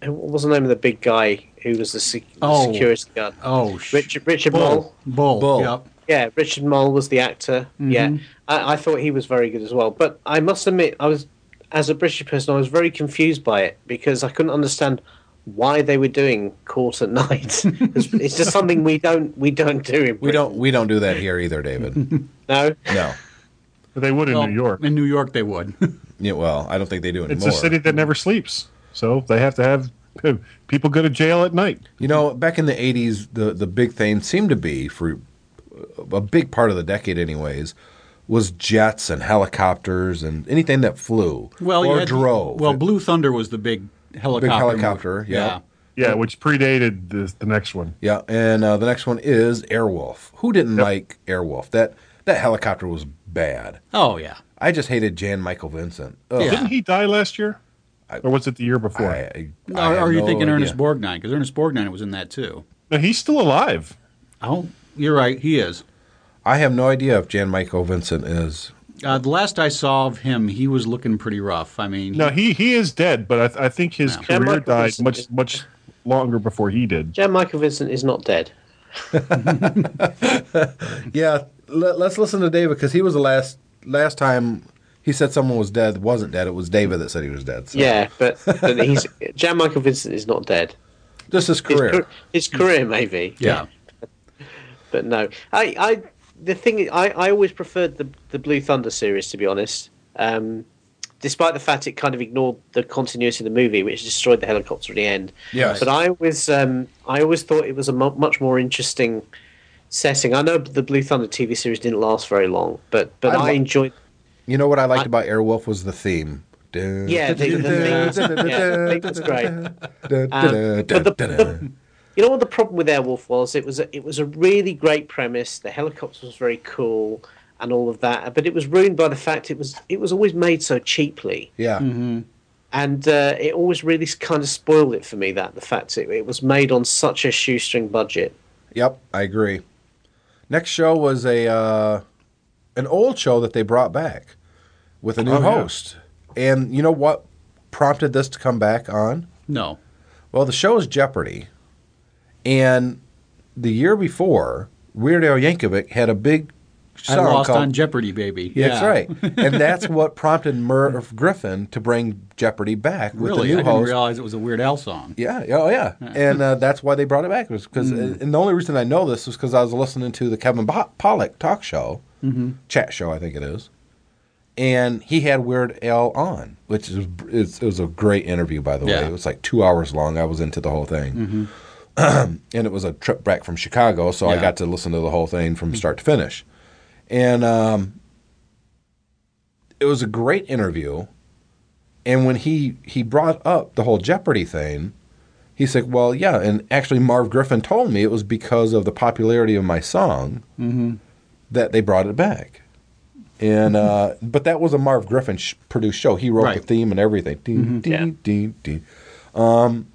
S6: what was the name of the big guy who was the, sec- the
S8: Oh.
S6: security guard?
S8: Oh, sh-
S6: Richard Richard Mole.
S8: Bull.
S7: Bull.
S8: Yep.
S6: Yeah, Richard Mole was the actor.
S8: Mm-hmm.
S6: Yeah, I, I thought he was very good as well. But I must admit, I was, as a British person, I was very confused by it because I couldn't understand why they were doing court at night. it's, it's just something we don't we don't do in Britain.
S7: We don't we don't do that here either, David.
S6: know.
S7: no.
S9: But they would in
S8: Well,
S9: New York.
S8: In New York, they would.
S7: Yeah, well, I don't think they do anymore.
S9: It's a city that never sleeps, so they have to have people go to jail at night.
S7: You know, back in the '80s, the the big thing seemed to be for a big part of the decade, anyways, was jets and helicopters and anything that flew
S8: well, you
S7: or
S8: had-
S7: drove.
S8: Well, Blue Thunder was the big helicopter.
S7: big
S8: movie.
S7: helicopter. Yeah,
S9: Yeah, which predated the, the next one.
S7: yeah. And uh, the next one is Airwolf. Who didn't like Airwolf? That that helicopter was bad.
S8: Oh, yeah.
S7: I just hated Jan Michael Vincent. Ugh.
S8: Yeah.
S9: Didn't he die last year, or was it the year before?
S7: I, I
S8: Or,
S7: have
S8: are you
S7: no
S8: thinking
S7: idea.
S8: Ernest Borgnine? Because Ernest Borgnine was in that too.
S9: no, he's still alive.
S8: Oh, you're right. He is.
S7: I have no idea if Jan Michael Vincent is.
S8: Uh, the last I saw of him, he was looking pretty rough. I mean,
S9: No, he he is dead, but I, th- I think his
S6: Yeah,
S9: career
S6: Michael
S9: died
S6: Vincent
S9: much
S6: is-
S9: much longer before he did.
S6: Jan Michael Vincent is not dead.
S7: Yeah, let, let's listen to David because he was the last last time he said someone was dead wasn't dead. It was David that said he was dead. So.
S6: Yeah, but, but he's Jan Michael Vincent is not dead.
S7: just his
S6: His,
S7: career. Hmm.
S6: car- his career maybe.
S8: yeah.
S6: but no. I, I the thing is, I, I always preferred the the Blue Thunder series to be honest. Um, despite the fact it kind of ignored the continuity of the movie, which destroyed the helicopter at the end.
S7: Yes.
S6: But I always um, I always thought it was a mu much more interesting setting. I know the Blue Thunder TV series didn't last very long, but but
S7: I
S6: I,
S7: lo-
S6: enjoyed.
S7: You know what I liked about Airwolf was the theme.
S6: Yeah, the, the theme, yeah, the theme was great. Um, but the- the- you know what the problem with Airwolf was? It was a, it was a really great premise. The helicopter was very cool and all of that, but it was ruined by the fact it was it was always made so cheaply,
S7: Yeah,
S6: and uh, it always really kind of spoiled it for me. That the fact it, it was made on such a shoestring budget.
S7: yep, I agree. Next show was a uh, an old show that they brought back with a new
S9: Oh, yeah.
S7: host, and you know what prompted this to come back on?
S8: No.
S7: Well, the show is Jeopardy, and the year before, Weird Al Yankovic had a big
S8: I
S7: song
S8: lost
S7: called
S8: on Jeopardy, baby.
S7: Yeah, That's
S8: Yeah.
S7: right. and that's what prompted Merv Griffin to bring Jeopardy back with
S8: Really,
S7: the
S8: I
S7: new
S8: didn't
S7: host.
S8: realize it was a Weird Al song. Mm.
S7: Yeah, yeah, oh yeah. and uh, that's why they brought it back was because and the only reason I know this was because I was listening to the Kevin Bo- Pollak talk show,
S8: Mm-hmm.
S7: chat show, I think it is. And he had Weird Al on, which is it's, it was a great interview, by the way.
S8: Yeah. Mm-hmm.
S7: It was like two hours long. I was into the whole thing, and it was a trip back from Chicago, so I
S8: Yeah. Mm-hmm.
S7: got to listen to the whole thing from start to finish. And um, it was a great interview. And when he he brought up the whole Jeopardy thing, he said, "Well, yeah." And actually, Marv Griffin told me it was because of the popularity of my song that they brought it back. And uh, but that was a Marv Griffin sh- produced show. He wrote the
S8: Right.
S7: theme and everything. Ding, ding,
S6: Yeah.
S7: ding, ding. Um,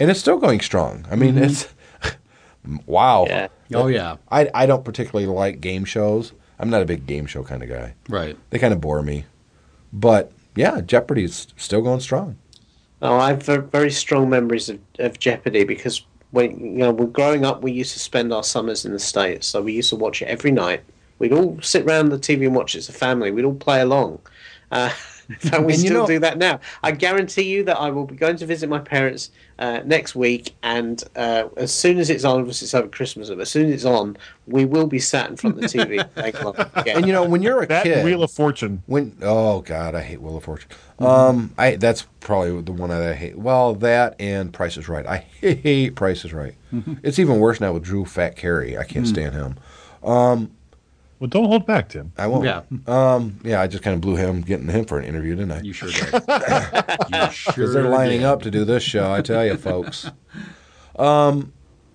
S7: and it's still going strong. I mean, it's wow.
S6: Yeah.
S8: Oh yeah,
S7: I I don't particularly like game shows. I'm not a big game show kind of guy
S8: right.
S7: they kind of bore me. But yeah, Jeopardy's still going strong.
S6: Oh, I have ver- very strong memories of, of Jeopardy because when you know, when growing up, we used to spend our summers in the states, so we used to watch it every night. We'd all sit round the TV and watch it as a family. We'd all play along. Uh, in fact, we
S7: And you
S6: still
S7: know-
S6: do that now. I guarantee you that I will be going to visit my parents uh, next week, and uh, as soon as it's on, obviously it's over Christmas, but as soon as it's on, we will be sat in front of the TV. playing along. Yeah.
S7: And you know, when you're a
S9: That
S7: kid,
S9: Wheel of Fortune.
S7: when oh god, I hate Wheel of Fortune. Um,
S8: Mm-hmm.
S7: I that's probably the one that I hate. Well, that and Price is Right. I hate Price is Right.
S8: Mm-hmm.
S7: It's even worse now with Drew Fat Carey. I can't stand him.
S9: Well, don't hold back, Tim.
S7: I won't.
S8: Yeah.
S7: Um, yeah, I just kind of blew him getting him for an interview, didn't I?
S8: You sure did. you sure
S7: because they're lining
S8: did.
S7: up to do this show. I tell you, folks. Um,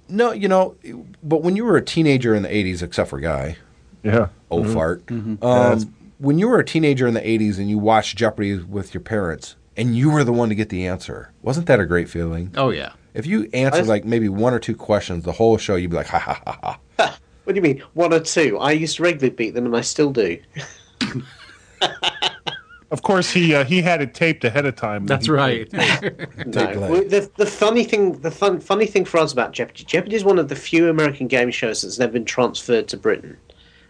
S7: no, you know, but when you were a teenager in the '80s, except for Guy,
S9: Yeah.
S7: old Oh, fart.
S9: Yes.
S7: Um, when you were a teenager in the '80s and you watched Jeopardy with your parents, and you were the one to get the answer, wasn't that a great feeling?
S8: Oh yeah.
S7: If you answered
S6: I-
S7: like maybe one or two questions, the whole show, you'd be like, ha ha ha ha.
S6: What do you mean? One or two? I used to regularly beat them, and I still do.
S9: Of course, he uh, he had it taped ahead of time.
S11: That's
S9: He-
S11: right.
S7: Take
S6: no.
S7: that.
S6: Well, the, the funny thing, the fun, funny thing for us about Jeopardy, Jeopardy is one of the few American game shows that's never been transferred to Britain.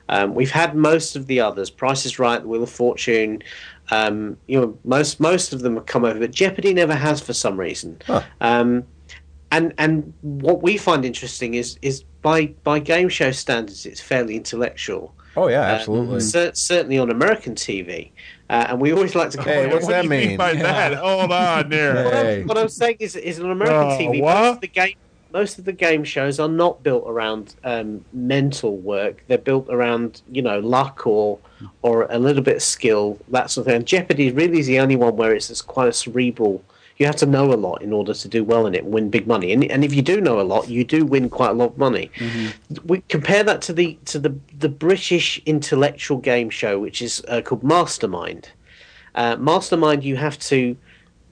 S6: Um, we've had most of the others, Price is Right, The Wheel of Fortune. Um, you know, most most of them have come over, but Jeopardy never has for some reason. Um, and and what we find interesting is is by by game show standards, it's fairly intellectual.
S7: Oh yeah,
S6: Uh,
S7: absolutely.
S6: cer- certainly on American TV, uh, and we always like to.
S7: Hey,
S6: compare-
S7: what's
S9: What
S7: that
S9: do you mean,
S7: mean?
S9: by that? Hold on there.
S6: what, I'm-
S7: Hey.
S6: what I'm saying is, is on American
S9: Uh,
S6: TV,
S9: what?
S6: most of the game, most of the game shows are not built around um, mental work. They're built around you know luck or or a little bit of skill, that sort of thing. And Jeopardy really is the only one where it's, it's quite a cerebral. You have to know a lot in order to do well in it, and win big money. And, and if you do know a lot, you do win quite a lot of money. We compare that to the to the the British intellectual game show, which is uh, called Mastermind. Uh, Mastermind, you have to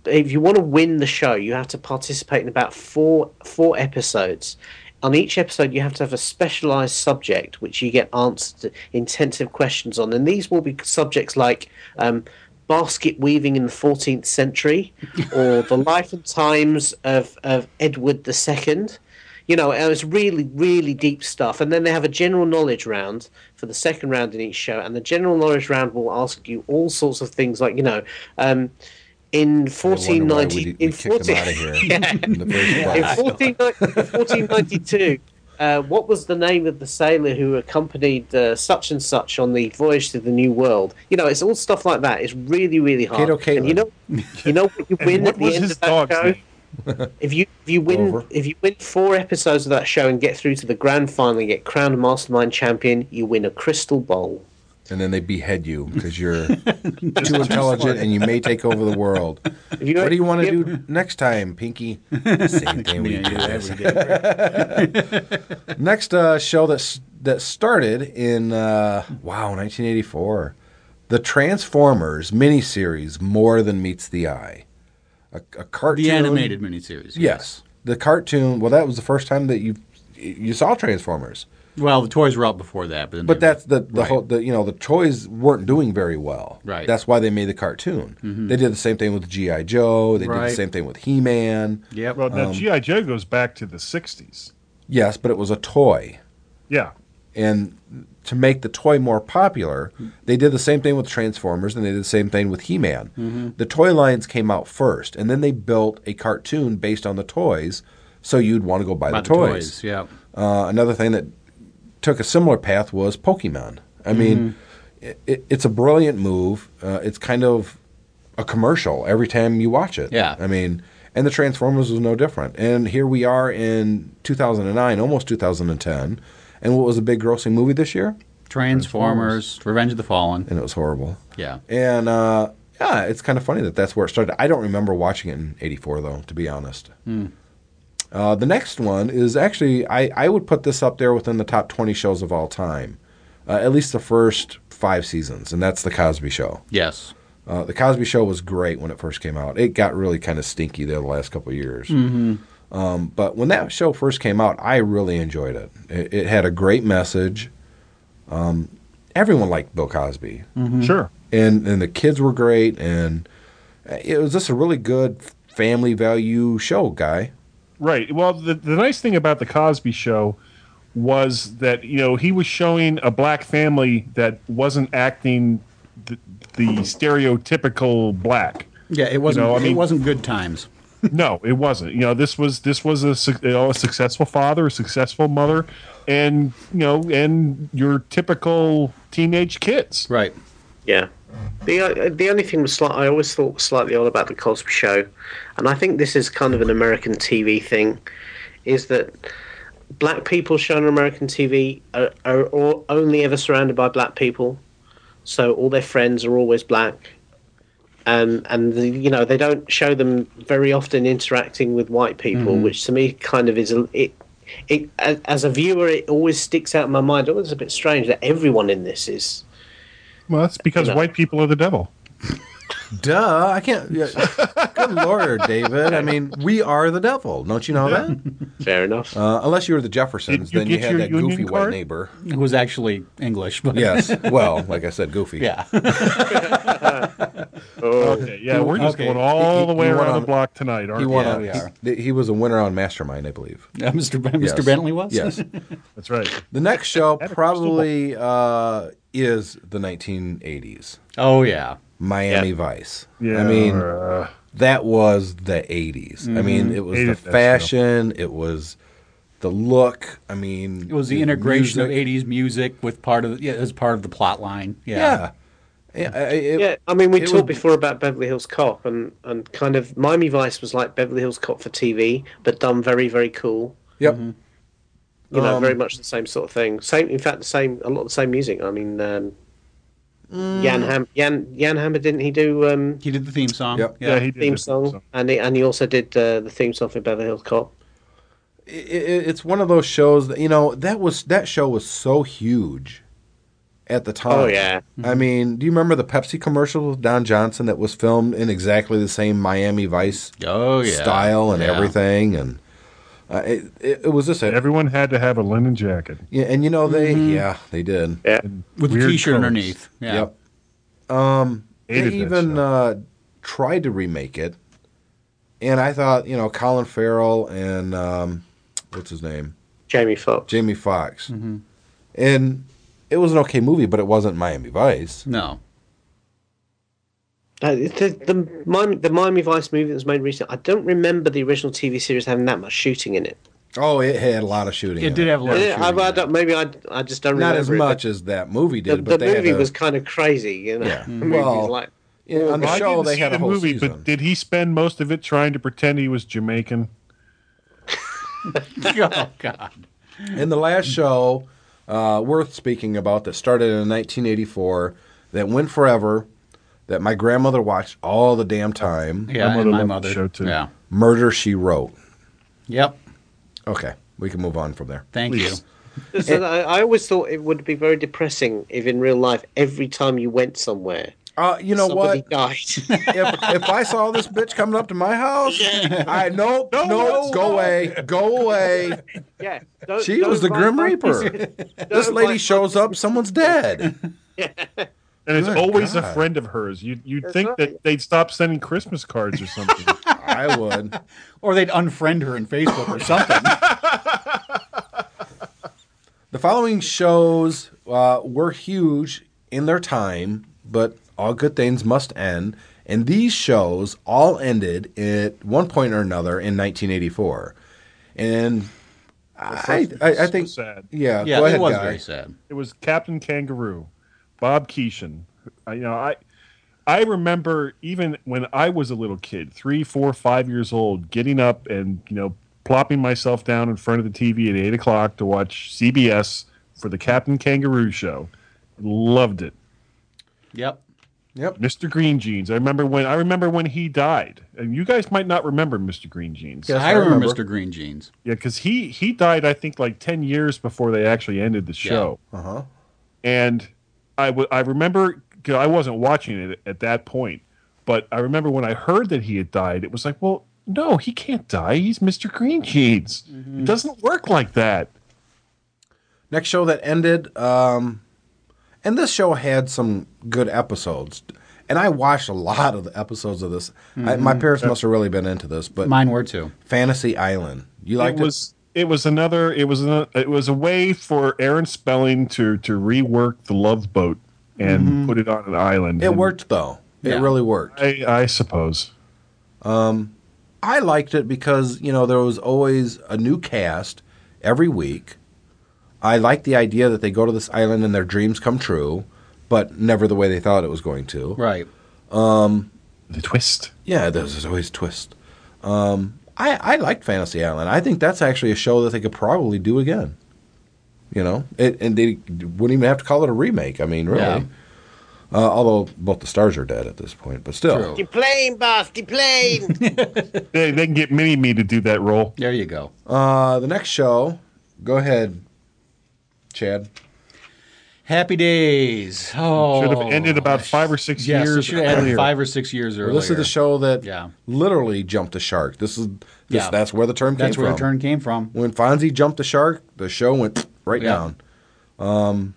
S6: if you want to win the show, you have to participate in about four four episodes. On each episode, you have to have a specialized subject which you get answered intensive questions on, and these will be subjects like um, basket weaving in the 14th century, or the life and times of, of Edward II. You know, and it's really, really deep stuff. And then they have a general knowledge round for the second round in each show, and the general knowledge round will ask you all sorts of things like, you know, um, in
S7: wonder why
S6: 1490
S7: we did- we
S6: in
S7: kicked them
S6: 14
S7: outta here.
S6: Yeah.
S7: In the first
S6: In
S7: place.
S6: 14 1492, uh, what was the name of the sailor who accompanied uh, such and such on the voyage to the New World? You know, it's all stuff like that. It's really, really hard.
S7: Cato Kalin.
S6: And you know, you know what you
S9: And
S6: win
S9: what
S6: at the
S9: was
S6: end
S9: his
S6: of that
S9: dog's
S6: show.
S9: name?
S6: If you if you win
S7: Over.
S6: if you win four episodes of that show and get through to the grand final and get crowned mastermind champion, you win a crystal bowl.
S7: and then they behead you because you're too intelligent and you may take over the world.
S6: If you-
S7: What do you want
S6: if-
S7: to do next time, Pinky? Same thing we
S8: Yeah,
S7: do.
S8: yeah, every day.
S7: Next uh, show that's that started in uh, wow 1984, the Transformers miniseries More Than Meets the Eye, a, a cartoon.
S8: The animated miniseries.
S7: Yes, the cartoon. Well, that was the first time that you you saw Transformers.
S8: Well, the toys were out before that, but then
S7: But
S8: they-
S7: that's the the
S8: right.
S7: whole the, you know the toys weren't doing very well.
S8: Right.
S7: That's why they made the cartoon. They did the same thing with GI Joe. They did
S8: Right.
S7: the same thing with He Man.
S8: Yep.
S9: Well, now GI Joe goes back to the '60s.
S7: Yes, but it was a toy,
S9: Yeah.
S7: and to make the toy more popular, they did the same thing with Transformers, and they did the same thing with He Man. The toy lines came out first, and then they built a cartoon based on the toys, so you'd want to go buy
S8: By
S7: the, toys.
S8: Yeah.
S7: Uh, another thing that took a similar path was Pokemon. I mean, i it, it's a brilliant move. Uh, it's kind of a commercial every time you watch it.
S8: Yeah.
S7: I mean, and the Transformers was no different. And here we are in 2009, almost 2010. And what was a big grossing movie this year?
S8: Transformers, Revenge of the Fallen.
S7: And it was horrible.
S8: Yeah.
S7: And uh, yeah, it's kind of funny that that's where it started. I don't remember watching it in '84, though, to be honest. Uh, the next one is actually I, I would put this up there within the top 20 shows of all time, uh, at least the first five seasons, and that's the Cosby Show.
S8: Yes.
S7: Uh, the Cosby Show was great when it first came out. It got really kind of stinky there the last couple of years. Um, but when that show first came out, I really enjoyed it. It, it had a great message. Um, everyone liked Bill Cosby
S9: Sure.
S7: and and the kids were great and it was just a really good family value show guy
S9: Right. Well, the, the nice thing about the Cosby Show was that you know he was showing a black family that wasn't acting the, the stereotypical black.
S8: Yeah, it wasn't.
S9: You know, I
S8: it
S9: mean-
S8: wasn't good times.
S9: no, it wasn't. You know, this was this was a, suc- you know, a successful father, a successful mother, and you know, and your typical teenage kids.
S8: Right.
S6: Yeah. The uh, the only thing was slight, I always thought was slightly odd about the Cosby Show, and I think this is kind of an American TV thing, is that black people shown on American TV are, are all, only ever surrounded by black people, so all their friends are always black, and and the, you know they don't show them very often interacting with white people, which to me kind of is a, it. It, as, as a viewer, it always sticks out in my mind. Oh, it's a bit strange that everyone in this is
S9: Well, that's because
S6: No.
S9: white people are the devil.
S7: Duh, I can't. Yeah. Good lord, David. I mean, we are the devil. Don't you know that?
S6: fair enough.
S7: Uh, unless you were the Jeffersons,
S9: Did you
S7: then you
S9: get
S7: had
S9: your
S7: that
S9: union
S7: goofy white
S9: card?
S7: neighbor.
S8: It was actually English, but
S7: Yes. Well, like I said, goofy.
S8: yeah.
S9: Okay, yeah, we're just
S8: Okay.
S9: going all
S7: He-
S9: the way
S7: he won
S9: around
S7: on-
S9: the block tonight, aren't
S7: He
S9: we?
S7: won.
S8: Yeah,
S7: a-
S8: we are.
S7: he, th- he was a winner on Mastermind, I believe.
S8: Uh, Mr. Ben-
S7: Yes.
S8: Mr. Bentley was.
S7: Yes.
S9: That's right.
S7: The next show
S9: Had a crystal
S7: probably uh, is the 1980s
S8: oh yeah.
S7: Miami Vice.
S9: Yeah,
S7: I mean,
S9: uh,
S7: that was the 80s.
S8: Mm-hmm.
S7: I mean, it was the
S9: 80s, that's
S7: fashion, it was the look. I mean,
S8: It was the integration of '80s music with part of the, yeah, as part of the plot line.
S7: Yeah. Yeah, I- I- it-
S6: Yeah, I mean, we
S7: it
S6: talked
S7: was-
S6: before about Beverly Hills Cop, and, and kind of Miami Vice was like Beverly Hills Cop for TV, but done very, very cool.
S7: Yep.
S8: Mm-hmm.
S6: You know,
S7: Um,
S6: very much the same sort of thing. Same, in fact, the same, a lot of the same music. I mean, um, Jan Ham, Jan Jan Hammer didn't he do um,
S8: He did the theme song.
S7: Yep.
S9: yeah, he did
S6: theme
S9: the
S6: song, and he, and he also did uh, the theme song for Beverly Hills Cop.
S7: I- I- it's one of those shows that you know that was that show was so huge at the time.
S6: Oh, yeah.
S8: Mm-hmm.
S7: I mean, do you remember the Pepsi commercial with Don Johnson that was filmed in exactly the same Miami Vice
S8: Oh yeah.
S7: style and
S8: Yeah.
S7: everything, and uh, it, it, it was just a,
S9: Everyone had to have a linen jacket.
S7: yeah, and you know they
S8: Mm-hmm.
S7: yeah they did
S6: Yeah,
S8: with a
S9: Weird
S8: T-shirt
S9: colors.
S8: underneath. Yeah.
S7: yep.
S9: Hated
S7: Um, they
S9: that
S7: even
S9: show.
S7: uh, tried to remake it, and I thought you know Colin Farrell and um, what's his name
S6: Jamie Foxx.
S7: Jamie Foxx. And it was an okay movie, but it wasn't Miami Vice.
S8: No.
S6: Uh, the, the, Miami, the Miami Vice movie that was made recently, I don't remember the original TV series having that much shooting in it.
S7: Oh, it had a lot of shooting. in
S8: It did have a lot
S6: Yeah,
S8: of
S6: I,
S8: shooting.
S6: I don't, maybe I, I just don't
S7: not
S6: remember
S7: as
S6: it, but-
S7: much as that movie did,
S6: the,
S7: but
S6: the
S7: they
S6: movie
S7: had a,
S6: was kind of crazy, you know.
S7: Yeah.
S6: The movie
S7: Well,
S6: was like,
S7: yeah, on the
S9: Well, I
S7: show.
S9: didn't
S7: They
S9: see
S7: had a
S9: the
S7: whole
S9: movie,
S7: season.
S9: but did he spend most of it trying to pretend he was Jamaican?
S8: oh God.
S7: And the last show uh, worth speaking about that started in 1984, that went forever, that my grandmother watched all the damn time.
S8: Yeah.
S9: mother
S8: and my
S9: loved the
S8: mother.
S9: show, too.
S8: Yeah.
S7: Murder She Wrote.
S8: Yep.
S7: Okay, we can move on from there.
S8: Thank you.
S6: So I, I always thought it would be very depressing if in real life every time you went somewhere,
S7: Uh, you know
S6: somebody
S7: what?
S6: died.
S7: if if I saw this bitch coming up to my house, I nope, no,
S9: no,
S7: go away, go away.
S6: yeah, don't-
S7: She was
S6: don't
S7: the Grim
S6: write-
S7: Reaper. This
S6: Don't
S7: lady
S6: like-
S7: shows up, someone's dead.
S9: And it's
S7: Good
S9: always
S7: God.
S9: a friend of hers. You you'd think
S6: right.
S9: that they'd stop sending Christmas cards or something.
S7: I would.
S8: Or they'd unfriend her in Facebook or something.
S7: The following shows uh, were huge in their time, but all good things must end. And these shows all ended at one point or another in 1984. And I, I, I
S9: so
S7: think,
S9: sad.
S7: yeah,
S8: yeah,
S7: go ahead,
S8: it was
S7: Guy.
S8: very sad.
S9: It was Captain Kangaroo, Bob Keeshan. I, you know, I I remember even when I was a little kid, three, four, five years old, getting up and you know plopping myself down in front of the TV at eight o'clock to watch CBS for the Captain Kangaroo show. Loved it.
S8: Yep.
S9: Mr. Green Jeans. I remember when I remember when he died. And you guys might not remember Mr. Green Jeans.
S7: Yes,
S8: I,
S7: I
S8: remember,
S7: remember.
S8: Mr. Green Jeans.
S9: Yeah, because he he died, I think, like ten years before they actually ended the show.
S7: Uh-huh.
S9: And I wa- I remember 'cause I wasn't watching it at that point, but I remember when I heard that he had died, it was like, well, no, he can't die. He's Mister Green Jeans. It doesn't work like that.
S7: Next show that ended, um, and this show had some good episodes, and I watched a lot of the episodes Mm-hmm. of this. I, my parents must have really been into this, but
S8: Mine were too.
S7: Fantasy Island, you
S9: It
S7: liked it?
S9: was it was another. It was a, it was a way for Aaron Spelling to to rework the Love Boat and put it on an island.
S7: Mm-hmm. It
S9: And
S7: worked though. It
S8: Yeah.
S7: really worked.
S9: I, I suppose.
S7: I liked it because you know there was always a new cast every week. I like the idea that they go to this island and their dreams come true, but never the way they thought it was going to.
S8: Right.
S9: The twist.
S7: Yeah, there's always a twist. Um, I I liked Fantasy Island. I think that's actually a show that they could probably do again. You know, it, and they wouldn't even have to call it a remake. I mean, really.
S8: Yeah.
S7: Uh, although both the stars are dead at this point, but still.
S8: True.
S6: The plane, boss. The plane.
S9: They, they can get Mini Me to do that role.
S8: There you go.
S7: Uh, the next show, go ahead, Chad.
S8: Happy days. Oh,
S9: Should have ended about five or six
S8: yes, it
S9: years
S8: should have ended
S9: earlier.
S8: five or six years earlier.
S7: Well, this is the show that
S8: Yeah.
S7: literally jumped the shark. This is this,
S8: Yeah.
S7: that's where the term
S8: That's
S7: came
S8: where
S7: from.
S8: the turn came from.
S7: when Fonzie jumped the shark, the show went right
S8: Yeah.
S7: down. Um,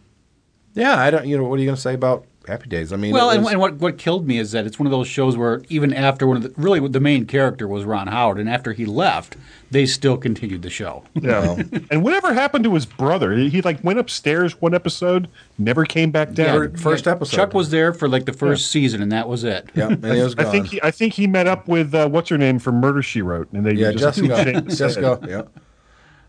S7: yeah, I don't. You know, what are you going to say about Happy Days? I mean,
S8: Well,
S7: it
S8: and,
S7: was-
S8: and what what killed me is that it's one of those shows where even after one of the really the main character was Ron Howard, and after he left, they still continued the show.
S9: Yeah. and whatever happened to his brother? He, he, like went upstairs one episode, never came back down.
S7: first episode.
S8: Chuck was there for like the first season, and that was it.
S7: yeah, and it was gone.
S9: I think he, I think he met up with uh, what's her name from Murder She Wrote, and they
S7: yeah,
S9: just
S7: Jessica.
S9: changed it.
S7: Jessica. Yeah.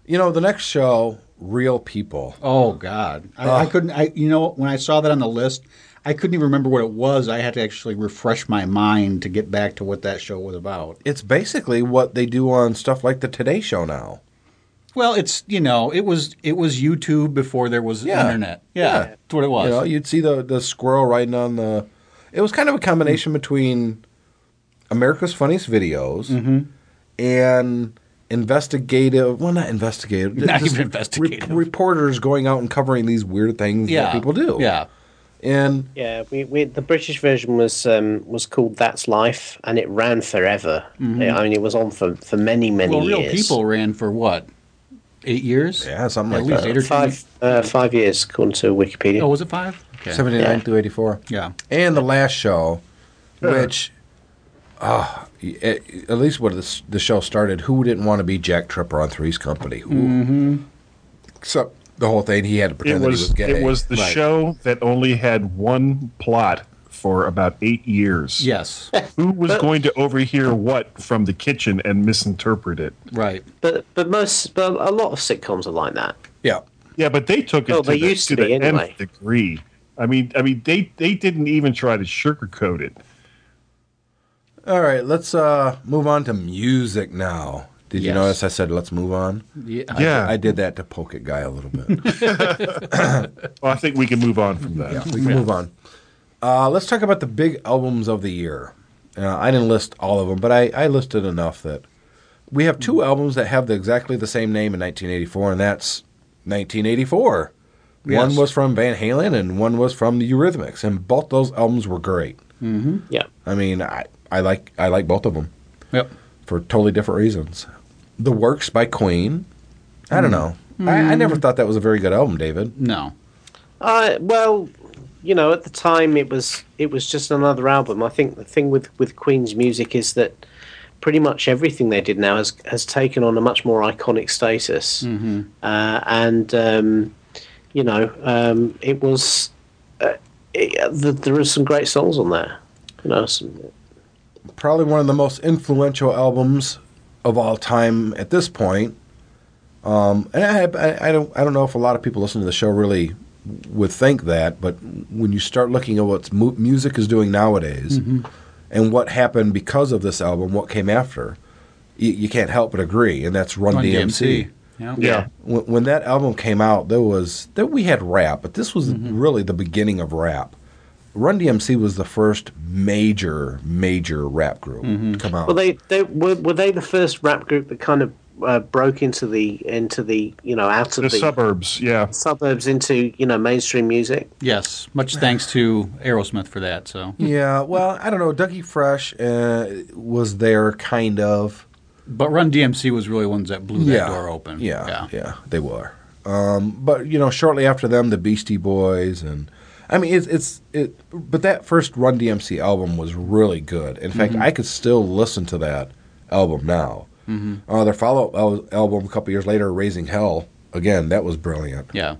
S7: You know, the next show, Real People.
S8: Oh God, I, I couldn't. I you know when I saw that on the list, I couldn't even remember what it was. I had to actually refresh my mind to get back to what that show was about.
S7: It's basically what they do on stuff like the Today Show now.
S8: Well, it's you know it was it was YouTube before there was
S7: Yeah.
S8: internet. Yeah,
S7: Yeah.
S8: that's what it was.
S7: You know, you'd see the the squirrel riding on the. It was kind of a combination between America's Funniest Videos
S8: Mm-hmm.
S7: and investigative. Well, not investigative.
S8: Not
S7: just
S8: even investigative.
S7: rep- reporters going out and covering these weird things
S8: yeah,
S7: that people do.
S8: Yeah,
S7: and
S6: Yeah, we, we the British version was um, was called That's Life, and it ran forever.
S7: Mm-hmm.
S6: Yeah, I mean, it was on for, for many many
S8: well, real
S6: years.
S8: people ran for what eight years?
S7: Yeah, something
S8: At
S7: like
S8: least
S7: that.
S8: Eight or
S6: five uh, five years according to Wikipedia.
S8: Oh, was it five? Okay.
S7: seventy nine
S6: Yeah.
S7: through eighty four.
S8: Yeah.
S7: and the last show, which. ah, y- at at least when this, the show started, who didn't want to be Jack Tripper on Three's Company? Who,
S8: Mm-hmm.
S7: Except the whole thing, he had to
S9: It
S7: pretend that he
S9: was
S7: was gay.
S9: it was the show that only had one plot for about eight years.
S8: Yes.
S9: Who was going to overhear what from the kitchen and misinterpret it?
S8: right.
S6: But but most but a lot of sitcoms are like that.
S7: Yeah.
S9: Yeah, but they took it
S6: Well,
S9: to,
S6: they
S9: the,
S6: Oh, used
S9: to
S6: to be
S9: the
S6: anyway.
S9: nth degree. I mean, I mean, they they didn't even try to sugarcoat it.
S7: All right, let's uh move on to music now. Did you
S8: Yes.
S7: notice I said let's move on?
S8: Yeah.
S9: Yeah,
S7: I did that to poke at Guy a little bit.
S9: well, I think we can move on from that.
S7: yeah, we can move on. Uh, let's talk about the big albums of the year. Uh, I didn't list all of them, but I, I listed enough that we have two albums that have the, exactly the same name in 1984, and that's 1984. One
S8: Yes.
S7: was from Van Halen, and one was from the Eurythmics, and both those albums were great.
S6: Yeah,
S7: I mean, I, I like I like both of them.
S8: Yep.
S7: for totally different reasons. The Works by Queen. I don't know. I, I never thought that was a very good album, David.
S8: No.
S6: Uh, well, you know, at the time it was it was just another album. I think the thing with with Queen's music is that pretty much everything they did now has has taken on a much more iconic status, uh, and um, you know, um, it was uh, it, uh, th- there are some great songs on there. You know, some,
S7: Probably one of the most influential albums of all time at this point. Um, and I, I, I don't I don't know if a lot of people listening to the show really would think that, but when you start looking at what mu- music is doing nowadays and what happened because of this album, what came after, you, you can't help but agree, and that's Run,
S8: On
S7: DMC.
S8: DMC. Yeah.
S9: Yeah.
S7: when, when that album came out, there was that we had rap, but this was
S6: Mm-hmm.
S7: really the beginning of rap. Run DMC was the first major, major rap group to come
S6: Mm-hmm.
S7: out.
S6: well, they they were were they the first rap group that kind of uh, broke into the into the you know out of
S9: The
S6: the,
S9: suburbs, yeah.
S6: suburbs into you know mainstream music.
S8: Yes. Much thanks to Aerosmith for that. So,
S7: yeah, well, I don't know. Dougie Fresh uh, was there, kind of.
S8: but Run DMC was really ones that blew that door open.
S7: Yeah, yeah, they were. Um, but you know, shortly after them, the Beastie Boys, and I mean, it's it's it. But that first
S8: Mm-hmm.
S7: Run DMC album was really good. In fact, I could still listen to that album now.
S8: Mm-hmm.
S7: Uh, their follow up al- album a couple years later, Raising Hell, again, that was brilliant.
S11: Yeah.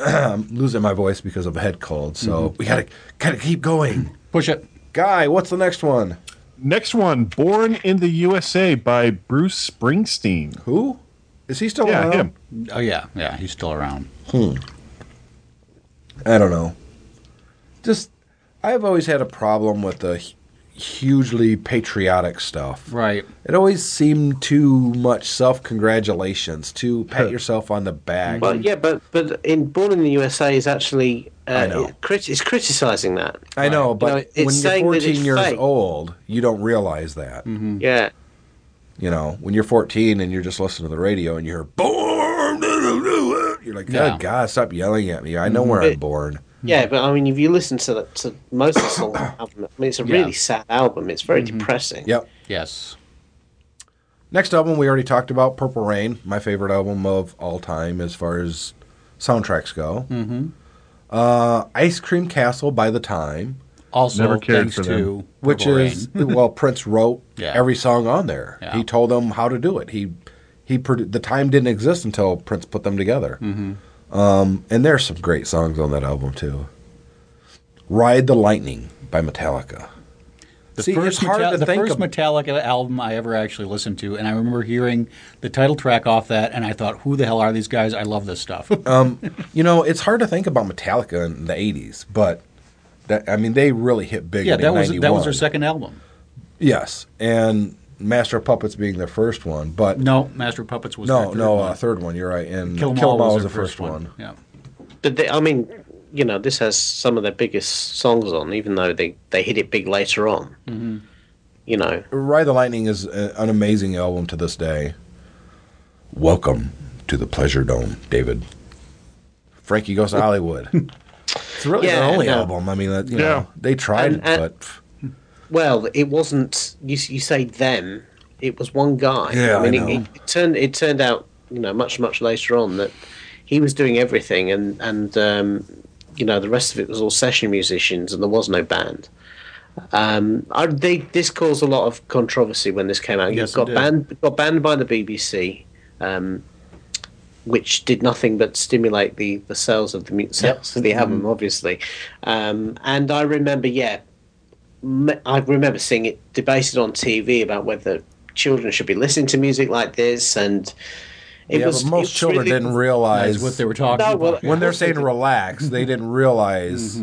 S7: I'm losing my voice because of a head cold,
S8: Mm-hmm.
S7: so we gotta gotta keep going.
S11: Push it.
S7: Guy, what's the next one?
S9: Next one, Born in the USA by Bruce Springsteen.
S7: Who is he still?
S9: Yeah,
S7: around?
S9: him.
S11: Oh yeah, yeah. He's still around.
S7: I don't know. Just I've always had a problem with the hu- hugely patriotic stuff.
S11: Right.
S7: It always seemed too much self congratulations, too pat yourself on the back.
S6: Well, yeah, but but in Born in the USA is actually uh,
S7: I know.
S6: it crit- it's criticizing that.
S7: I know, but
S6: No, it's
S7: when you're
S6: saying that it's
S7: 14 years
S6: fake.
S7: old, you don't realize that.
S6: Yeah,
S7: You know, when you're 14 and you're just listening to the radio and you hear "born," you're like, "Good
S11: Yeah.
S7: God, stop yelling at me! I know where I'm
S6: Mm-hmm. It-
S7: born."
S6: yeah, but I mean, if you listen to the, to most of the song on the album, I mean, it's a
S11: Yeah.
S6: really sad album. It's very depressing.
S7: Yep.
S11: Yes.
S7: Next album we already talked about, Purple Rain, my favorite album of all time as far as soundtracks go. Mm-hmm. Uh, Ice Cream Castle by the time,
S11: Also,
S9: Never cared
S11: thanks
S9: for them.
S11: to
S7: which
S11: Purple
S7: is
S11: Rain.
S7: well, Prince wrote
S11: Yeah.
S7: every song on there.
S11: Yeah.
S7: He told them how to do it. He he produ- the time didn't exist until Prince put them together. Mm-hmm. Um, and there's some great songs on that album too. Ride the Lightning by Metallica.
S11: the
S7: See,
S11: first
S7: it's hard
S11: Metal-
S7: to
S11: the
S7: think
S11: first
S7: of-
S11: Metallica album I ever actually listened to, and I remember hearing the title track off that, and I thought, "Who the hell are these guys? I love this stuff."
S7: You know, it's hard to think about Metallica in the '80s, but that, I mean, they really hit big.
S11: yeah,
S7: in
S11: that was that was
S7: 91.
S11: their second album.
S7: Yes, and Master of Puppets being their first one, but no,
S11: No, Master of Puppets was their
S7: no,
S11: third
S7: uh,
S11: one.
S7: third one. You're right, and
S11: Kill 'Em
S7: Kill 'Em
S11: All
S7: was
S11: their
S7: the first one.
S11: Yeah.
S6: But they, I mean, you know, this has some of their biggest songs on, even though they they hit it big later on. Mm-hmm. You know,
S7: Ride the Lightning is a, an amazing album to this day. Welcome to the Pleasure Dome, David. Frankie Goes to Hollywood. it's really
S6: Yeah,
S7: their only
S6: no.
S7: album. I mean, that, you
S9: Yeah.
S7: know, they tried,
S6: And- and-
S7: it, but
S6: well, it wasn't. You s- you say them. It was one guy.
S7: Yeah, I
S6: I mean,
S7: know.
S6: It, it, it turned it turned out you know much much later on that he was doing everything, and and um, you know the rest of it was all session musicians, and there was no band. Um, I, they, this caused a lot of controversy when this came out.
S11: Yes, it
S6: got
S11: did.
S6: banned got banned by the BBC. Um, which did nothing but stimulate the, the sales of the mu- sales of the album,
S7: Mm-hmm.
S6: obviously. Um, and I remember, yeah, m- I remember seeing it debated on TV about whether children should be listening to music like this, and it
S7: yeah,
S6: was
S7: but
S6: it
S7: most
S6: was
S7: children
S6: really-
S7: didn't
S11: That's
S7: realize
S11: what they were talking
S6: No, well,
S11: about.
S7: when they're saying relax, they didn't realize.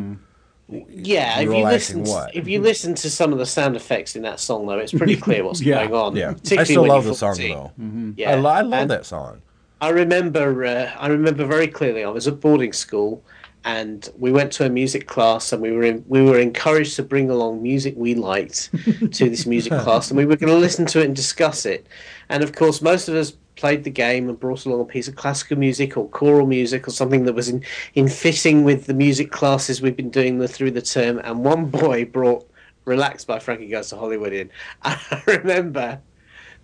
S6: Yeah, if you
S7: relaxing
S6: listen, to,
S7: what?
S6: if you listen to some of the sound effects in that song, though, it's pretty clear what's
S11: Yeah,
S6: going on.
S7: Yeah,
S6: particularly
S7: I still
S6: when you're
S7: love the song
S6: 14.
S7: though.
S6: Mm-hmm. Yeah,
S7: I, lo- I love
S6: and-
S7: that song.
S6: I remember, uh, I remember very clearly. I was at boarding school, and we went to a music class, and we were in, we were encouraged to bring along music we liked to this music class, and we were going to listen to it and discuss it. And of course, most of us played the game and brought along a piece of classical music or choral music or something that was in, in fitting with the music classes we've been doing the, through the term. And one boy brought "Relaxed" by Frankie Goes to Hollywood in. I remember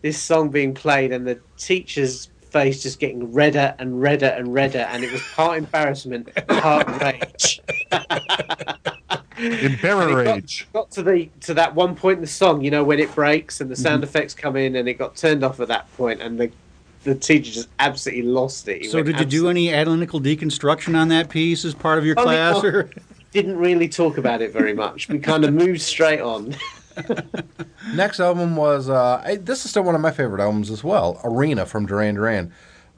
S6: this song being played and the teacher's face just getting redder and redder and redder and it was part embarrassment part rage
S9: Embarrassed. Rage.
S6: got to the to that one point in the song you know when it breaks and the
S11: Mhm.
S6: sound effects come in and it got turned off at that point and the the teacher just absolutely lost it He
S11: So,
S6: went
S11: did you do
S6: absolute-
S11: any analytical deconstruction on that piece as part of your
S6: Oh,
S11: class?
S6: no.
S11: Or
S6: didn't really talk about it very much we kind of moved straight on
S7: Next album was uh, I, this is still one of my favorite albums as well. Arena from Duran Duran,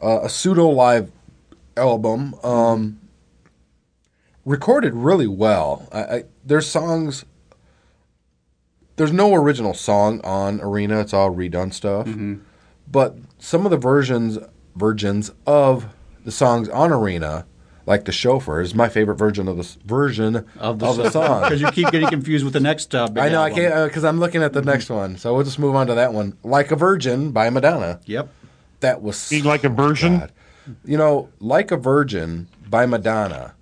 S7: uh, a pseudo live album, um, recorded really well. I, I, there's songs. There's no original song on Arena. It's all redone stuff. But some of the versions versions of the songs on Arena, like the Chauffeur, is my favorite version of the s- version of the, song.
S11: because you keep getting confused with the next uh, big
S7: I know I
S11: album.
S7: can't because I'm looking at the next one, so we'll just move on to that one. Like a Virgin by Madonna.
S11: Yep.
S7: That was
S9: Being like a version.
S7: God. You know, Like a Virgin by Madonna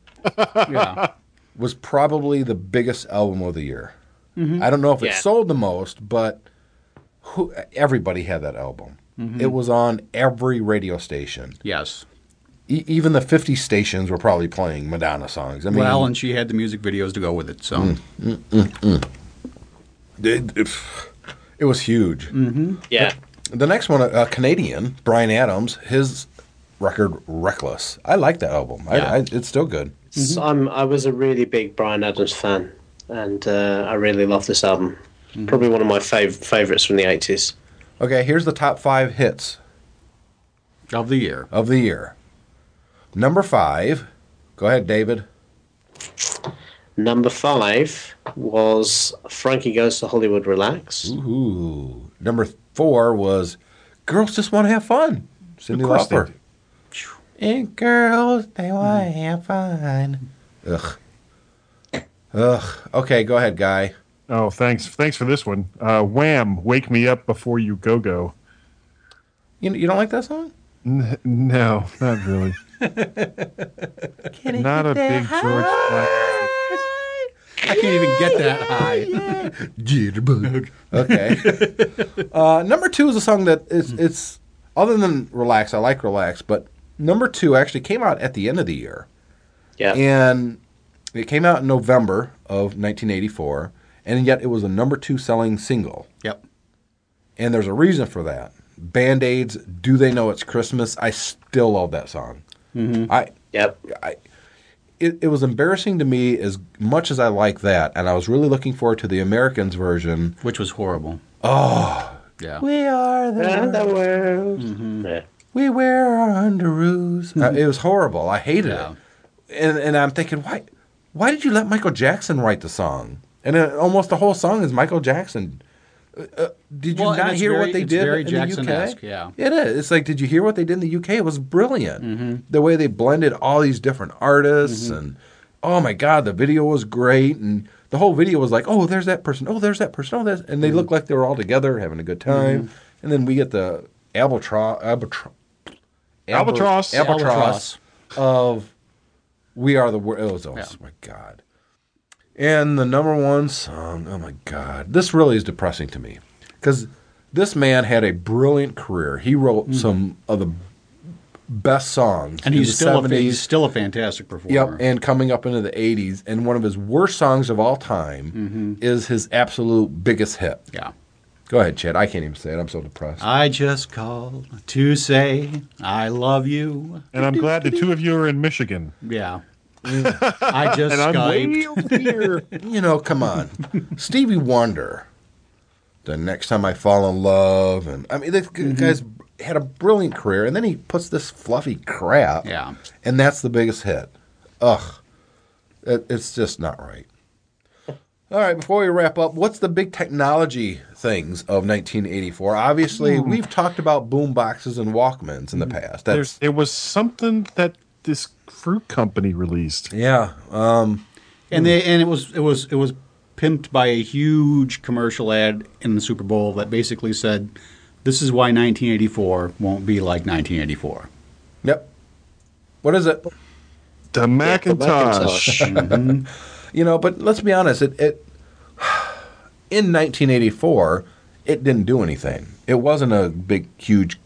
S11: Yeah.
S7: was probably the biggest album of the year. I don't know if it
S6: Yeah.
S7: sold the most, but who, everybody had that album. It was on every radio station.
S11: yes.
S7: E- even the 50 stations were probably playing Madonna songs. I mean,
S11: Well, and she had the music videos to go with it. So,
S7: Hmm. it, it was huge.
S11: Mm-hmm.
S6: yeah
S7: The next one, a Canadian, Brian Adams, his record Reckless. I like that album.
S6: Yeah.
S7: I, I, it's still good.
S6: So I'm, I was a really big Brian Adams fan, and uh, I really love this album.
S11: Mm-hmm.
S6: Probably one of my fav- favorites from the 80s.
S7: Okay, here's the top five hits
S8: of the year.
S7: Of the year. Number five. Go ahead, David.
S6: Number five was Frankie Goes to Hollywood Relax.
S7: Ooh. Number four was Girls Just Want to Have Fun. Cindy
S6: course they
S7: Lauper. And girls, they want to have fun. Ugh. Ugh. Okay, go ahead, guy.
S9: Oh, thanks. Thanks for this one. Uh, Wham! Wake me up before you go go.
S7: You, you don't like that song?
S9: N- no, not really. not a big George. Michael.
S12: I can't even get that high.
S7: Jitterbug. Okay. uh, number two is a song that is it's other than relax. I like relax, but number two actually came out at the end of the year.
S6: Yeah.
S7: And it came out in November of 1984, and yet it was a number two selling single.
S12: Yep.
S7: And there's a reason for that. Band Aids, Do They Know It's Christmas? I still love that song.
S6: Mm-hmm.
S7: I
S6: yep.
S7: I it, it was embarrassing to me as much as I like that, and I was really looking forward to the Americans version,
S8: which was horrible.
S7: Oh,
S8: Yeah.
S7: we are
S6: Around the world. Yeah.
S7: We wear our underoos. Uh, it was horrible. I hated it. And and I'm thinking, why why did you let Michael Jackson write the song? And uh, almost the whole song is Michael Jackson. Uh, uh, did you
S8: Well, and
S7: not
S8: it's
S7: hear
S8: very-
S7: what they
S8: it's
S7: did
S8: very
S7: in
S8: Jackson-esque,
S7: the
S8: yeah.
S7: UK? It is. It's like, did you hear what they did in the UK? It was brilliant.
S8: Mm-hmm.
S7: The way they blended all these different artists and oh my god, the video was great and the whole video was like, oh, there's that person, oh, there's that person, oh, there's
S8: Mm-hmm.
S7: and they looked like they were all together having a good time. And then we get the albatross, albatross,
S9: Albatross.
S7: albatross,
S9: Albatross.
S7: of we are the world. It was, oh my god. And the number one song, oh my God. This really is depressing to me because this man had a brilliant career. He wrote some of the best songs.
S8: Mm-hmm. And
S7: in
S8: he's
S7: the
S8: still, a,
S7: 70s.
S8: fa- he's still a fantastic performer.
S7: Yep, and coming up into the 80s. And one of his worst songs of all time
S8: Mm-hmm.
S7: is his absolute biggest hit.
S8: Yeah.
S7: Go ahead, Chad. I can't even say it. I'm so depressed.
S8: I just called to say I love you.
S9: And I'm glad the two of you are in Michigan.
S8: Yeah. I just
S9: And I'm
S8: Skyped.
S7: you know, come on. Stevie Wonder. The next time I fall in love, and I mean, this g- guy's had a brilliant career, and then he puts this fluffy crap,
S8: Yeah.
S7: and that's the biggest hit. Ugh, It- it's just not right. All right, before we wrap up, what's the big technology things of 1984? Obviously, we've talked about boom boxes and Walkmans in the past.
S9: There's,
S7: That's
S9: there was something that this fruit company released.
S7: yeah, um,
S8: And they and it was it was it was pimped by a huge commercial ad in the Super Bowl that basically said, "This is why 1984 won't be like 1984."
S7: yep. What is it?
S9: The Macintosh.
S8: Mhm.
S7: You know, but let's be honest. It, it in 1984, it didn't do anything. It wasn't a big, huge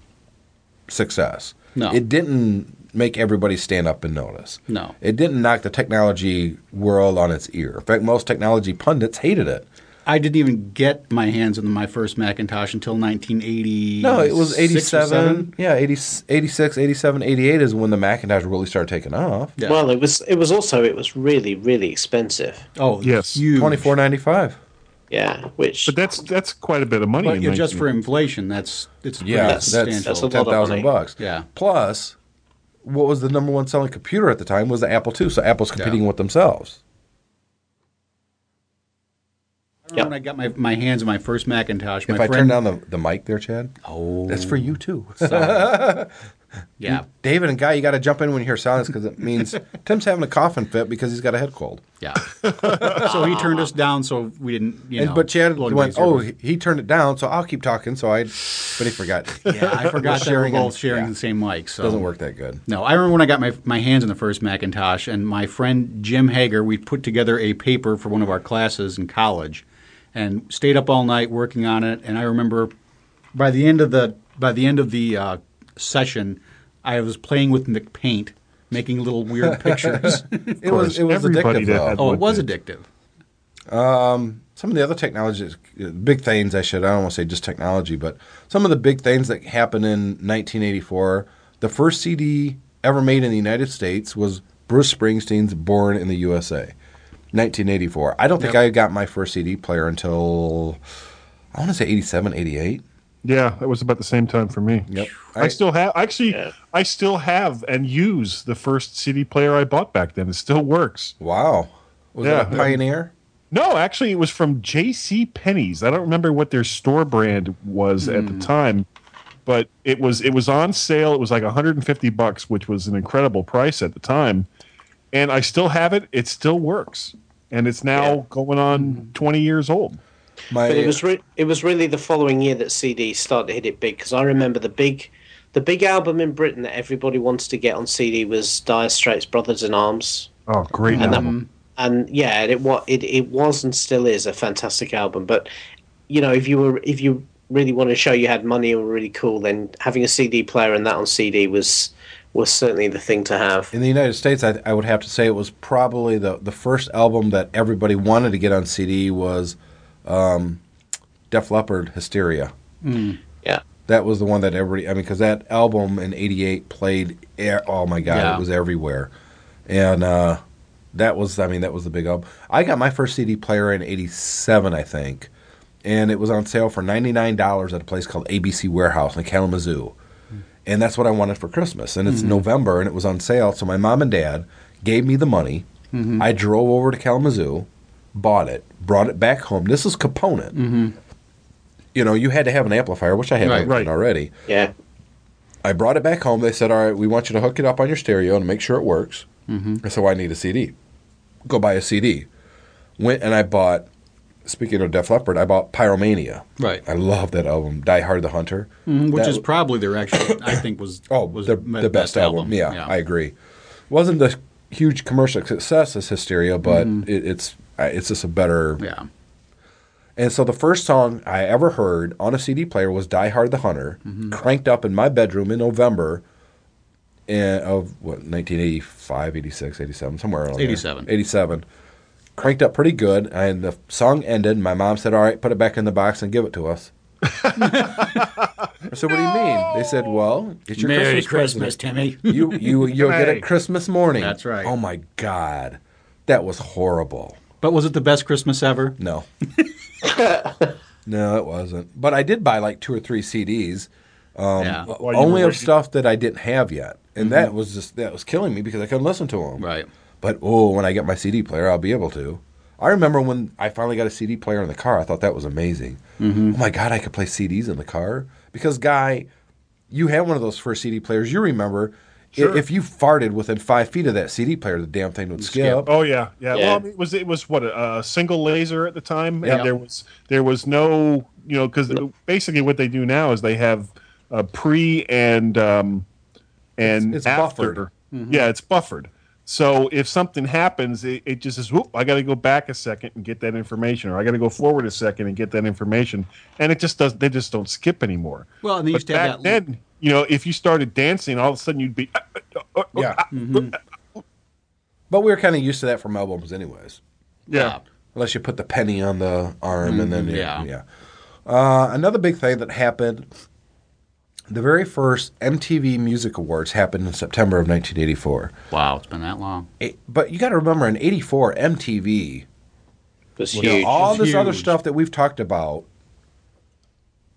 S7: success.
S8: No.
S7: it didn't make everybody stand up and notice.
S8: No.
S7: it didn't knock the technology world on its ear. In fact, most technology pundits hated it.
S8: I didn't even get my hands on my first Macintosh until 1980.
S7: No, it was 87. Yeah, 80, 86, 87, 88 is when the Macintosh really started taking off.
S8: Yeah.
S6: Well, it was. It was also. It was really, really expensive.
S8: Oh,
S9: Yes.
S8: huge.
S7: 24.95.
S6: Yeah, which
S9: But that's that's quite a bit of money.
S8: But
S9: in
S8: yeah, just
S9: 19-
S8: for inflation, that's it's pretty
S7: Yeah, that's,
S8: substantial.
S7: that's
S6: a lot
S7: ten
S6: of
S7: thousand
S6: money.
S7: bucks.
S8: Yeah.
S7: Plus, what was the number one selling computer at the time was the Apple II. So Apple's competing with themselves.
S8: I remember when I got my, my hands on my first Macintosh, my
S7: if I turn
S8: friend.
S7: down the, the mic there, Chad,
S8: oh,
S7: that's for you too.
S8: sorry. yeah,
S7: David and Guy, you got to jump in when you hear silence because it means Tim's having a coughing fit because he's got a head cold.
S8: yeah. so he turned us down, so we didn't. You
S7: And,
S8: know,
S7: but Chad
S8: blow
S7: went,
S8: nobody
S7: "Oh,
S8: service."
S7: he, he turned it down, so I'll keep talking." So I, but he forgot.
S8: yeah, I forgot that we're
S7: sharing
S8: both
S7: and-
S8: sharing
S7: yeah.
S8: the same mic. So
S7: Doesn't work that good.
S8: No, I remember when I got my, my hands on the first Macintosh, and my friend Jim Hager, we put together a paper for one of our classes in college, and stayed up all night working on it. And I remember by the end of the by the end of the uh, session, I was playing with McPaint, making little weird pictures.
S7: It was it was
S9: Everybody
S7: addictive
S9: that
S7: though.
S9: had
S8: oh,
S9: one
S8: it was
S9: did.
S8: addictive.
S7: some of the other technologies, big things I should, I don't want to say just technology, but some of the big things that happened in 1984, the first CD ever made in the United States was Bruce Springsteen's Born in the USA, 1984. I don't think
S9: Yep.
S7: I got my first CD player until, I want to say 87, 88.
S9: Yeah, that was about the same time for me.
S7: Yep.
S9: I, still have actually I still have and use the first CD player I bought back then. It still works.
S7: Wow. Was that a Pioneer?
S9: No, actually it was from JC Penney's. I don't remember what their store brand was at the time, but it was it was on sale. It was like 150 bucks, which was an incredible price at the time. And I still have it. It still works. And it's now going on 20 years old.
S7: My,
S6: but it was re- it was really the following year that CD started to hit it big because I remember the big the big album in Britain that everybody wanted to get on CD was Dire Straits Brothers in Arms
S9: Oh, great
S6: and
S9: album.
S6: that and yeah and it what it, it was and still is a fantastic album but you know if you were if you really want to show you had money and were really cool then having a CD player and that on CD was was certainly the thing to have
S7: in the United States, I, I would have to say it was probably the, the first album that everybody wanted to get on CD was um, Def Leppard Hysteria.
S6: yeah
S7: That was the one that everybody. I mean, because that album in '88 played. e- Oh my god,
S11: Yeah.
S7: it was everywhere, and uh, that was. I mean, that was the big album. I got my first CD player in '87, I think, and it was on sale for ninety nine dollars at a place called ABC Warehouse in Kalamazoo, and that's what I wanted for Christmas. And it's November, and it was on sale, so my mom and dad gave me the money. I drove over to Kalamazoo, bought it, brought it back home. This is component. You know, you had to have an amplifier, which I had
S11: Right.
S7: right,
S9: Right.
S7: already.
S6: yeah
S7: I brought it back home. They said, "All right, we want you to hook it up on your stereo and make sure it works." Mm-hmm. I said, well, "I need a CD. Go buy a CD." Went and I bought. Speaking of Def Leppard, I bought Pyromania.
S11: Right.
S7: I love that album, Die Hard the Hunter.
S11: Which
S7: That-
S11: is probably their actual, I think, was
S7: oh,
S11: was
S7: the,
S11: me-
S7: the best, album. Yeah, I agree. Wasn't the huge commercial success as Hysteria, but it, it's uh, it's just a better.
S11: yeah.
S7: And so the first song I ever heard on a CD player was Die Hard the Hunter,
S11: Mm-hmm.
S7: cranked up in my bedroom in November in, of what, 1985, 86, 87, somewhere around there.
S11: 87.
S7: 87. Cranked up pretty good, and the song ended. and My mom said, All right, put it back in the box and give it to us. I said, What do you mean? They said, Well, it's your
S11: Merry Christmas,
S7: Christmas, present.
S11: Timmy.
S7: You, you, you'll get
S9: Hey.
S7: it Christmas morning.
S11: That's right.
S7: Oh my God. That was horrible.
S11: But was it the best Christmas ever?
S7: No. no, it wasn't. But I did buy like two or three CDs,
S11: yeah.
S9: While you
S7: only
S9: were
S7: of
S9: waiting-
S7: stuff that I didn't have yet, and that was just that was killing me because I couldn't listen to them.
S11: Right.
S7: But oh, when I get my CD player, I'll be able to. I remember when I finally got a CD player in the car. I thought that was amazing. Oh my god, I could play CDs in the car because guy, you had one of those first CD players. You remember. i- If you farted within five feet of that CD player, the damn thing would skip.
S9: Oh yeah,
S6: Yeah.
S9: yeah. Well, I mean, it was it was what a, a single laser at the time,
S7: Yeah.
S9: and there was there was no you know because basically what they do now is they have a pre and um
S7: It's-
S9: and
S7: it's
S9: after.
S7: buffered. Mm-hmm.
S9: Yeah, it's buffered. So if something happens, it, it just says, "Whoop! I got to go back a second and get that information, or I got to go forward a second and get that information," and it just does. They just don't skip anymore.
S11: Well, and they
S9: But
S11: used to have
S9: back
S11: that-
S9: then, you know, if you started dancing, all of a sudden you'd be,
S7: Yeah.
S11: Mm-hmm.
S7: But we were kind of used to that from albums, anyways.
S9: yeah.
S7: unless you put the penny on the arm and then
S11: Mm-hmm. yeah.
S7: yeah. yeah. Uh, another big thing that happened, the very first MTV Music Awards happened in September of 1984.
S11: Wow, it's been that long.
S7: It- but you got to remember, in '84, MTV,
S6: it was
S7: you know,
S6: huge
S7: all this other
S11: Huge.
S7: stuff that we've talked about,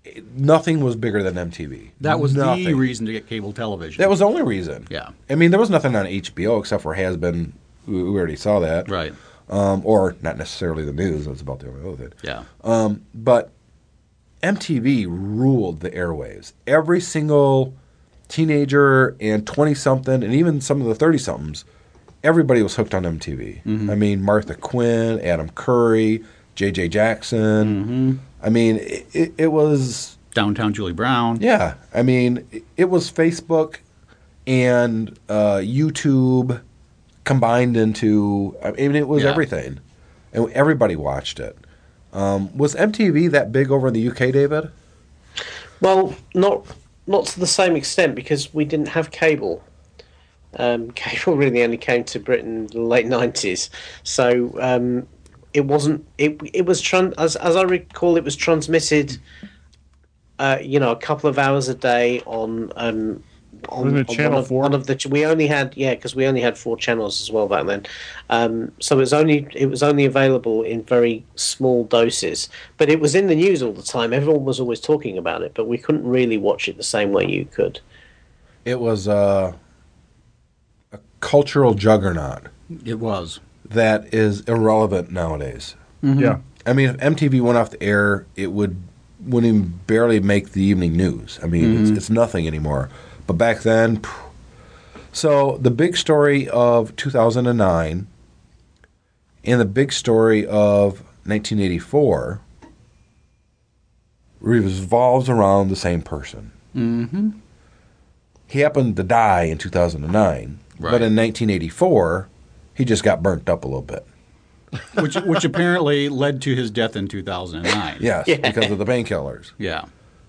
S7: it- nothing was bigger than MTV.
S11: That was the
S7: Nothing.
S11: reason to get cable television.
S7: That was the only reason.
S11: Yeah.
S7: I mean, there was nothing on HBO except for Has Been. We we already saw that.
S11: right.
S7: Um, or not necessarily the news. That's about the only other thing.
S11: Yeah.
S7: but MTV ruled the airwaves. Every single teenager and 20 something, and even some of the 30 somethings, everybody was hooked on MTV. I mean, Martha Quinn, Adam Curry, JJ Jackson. I mean, it, it, it was,
S11: Downtown Julie Brown.
S7: yeah, I mean, it, it was Facebook and uh, YouTube combined into, I mean, it was
S11: Yeah.
S7: everything. And everybody watched it. Um, was MTV that big over in the UK, David?
S6: Well, not not to the same extent because we didn't have cable. Um, cable really only came to Britain in the late nineties, so um, it wasn't it it was tran- as as I recall it was transmitted uh, you know a couple of hours a day on um on,
S9: Wasn't it
S6: on
S9: Channel
S6: one, of,
S9: 4?
S6: one of the ch- we only had yeah because we only had four channels as well back then um, so it was only it was only available in very small doses but it was in the news all the time everyone was always talking about it but we couldn't really watch it the same way you could
S7: It was uh, a cultural juggernaut.
S11: It was.
S7: That is irrelevant nowadays.
S11: Mhm. Yeah.
S7: I mean, if MTV went off the air, it would wouldn't even barely make the evening news. I mean,
S11: Mhm.
S7: it's, it's nothing anymore. But back then, phew. so the big story of 2009 and the big story of 1984 revolves around the same person.
S11: Mm-hmm.
S7: He happened to die in 2009, but in 1984, he just got burnt up a little bit.
S11: which which apparently led to his death in 2009.
S7: Yes, because of the painkillers.
S11: Yeah.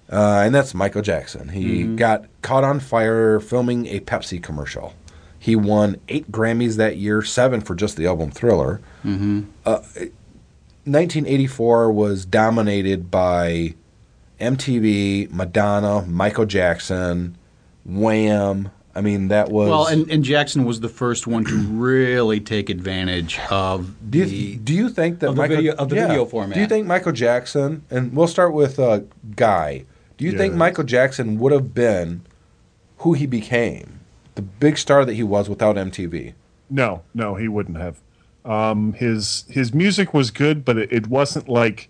S7: Uh, and that's Michael Jackson. He
S11: Mm-hmm.
S7: got caught on fire filming a Pepsi commercial. He won eight Grammys that year, seven for just the album Thriller.
S11: Mm-hmm.
S7: Uh, 1984 was dominated by MTV, Madonna, Michael Jackson, Wham. I mean, that was.
S11: Well, and, and Jackson was the first one to really take advantage of
S7: do,
S11: the
S7: you, do you think that
S11: of the
S7: Michael,
S11: video of the
S7: yeah.
S11: video format.
S7: Do you think Michael Jackson, and we'll start with uh, Guy, do you think
S11: Yes.
S7: Michael Jackson would have been who he became, the big star that he was without MTV?
S9: No, no, he wouldn't have. Um, his his music was good, but it, it wasn't like,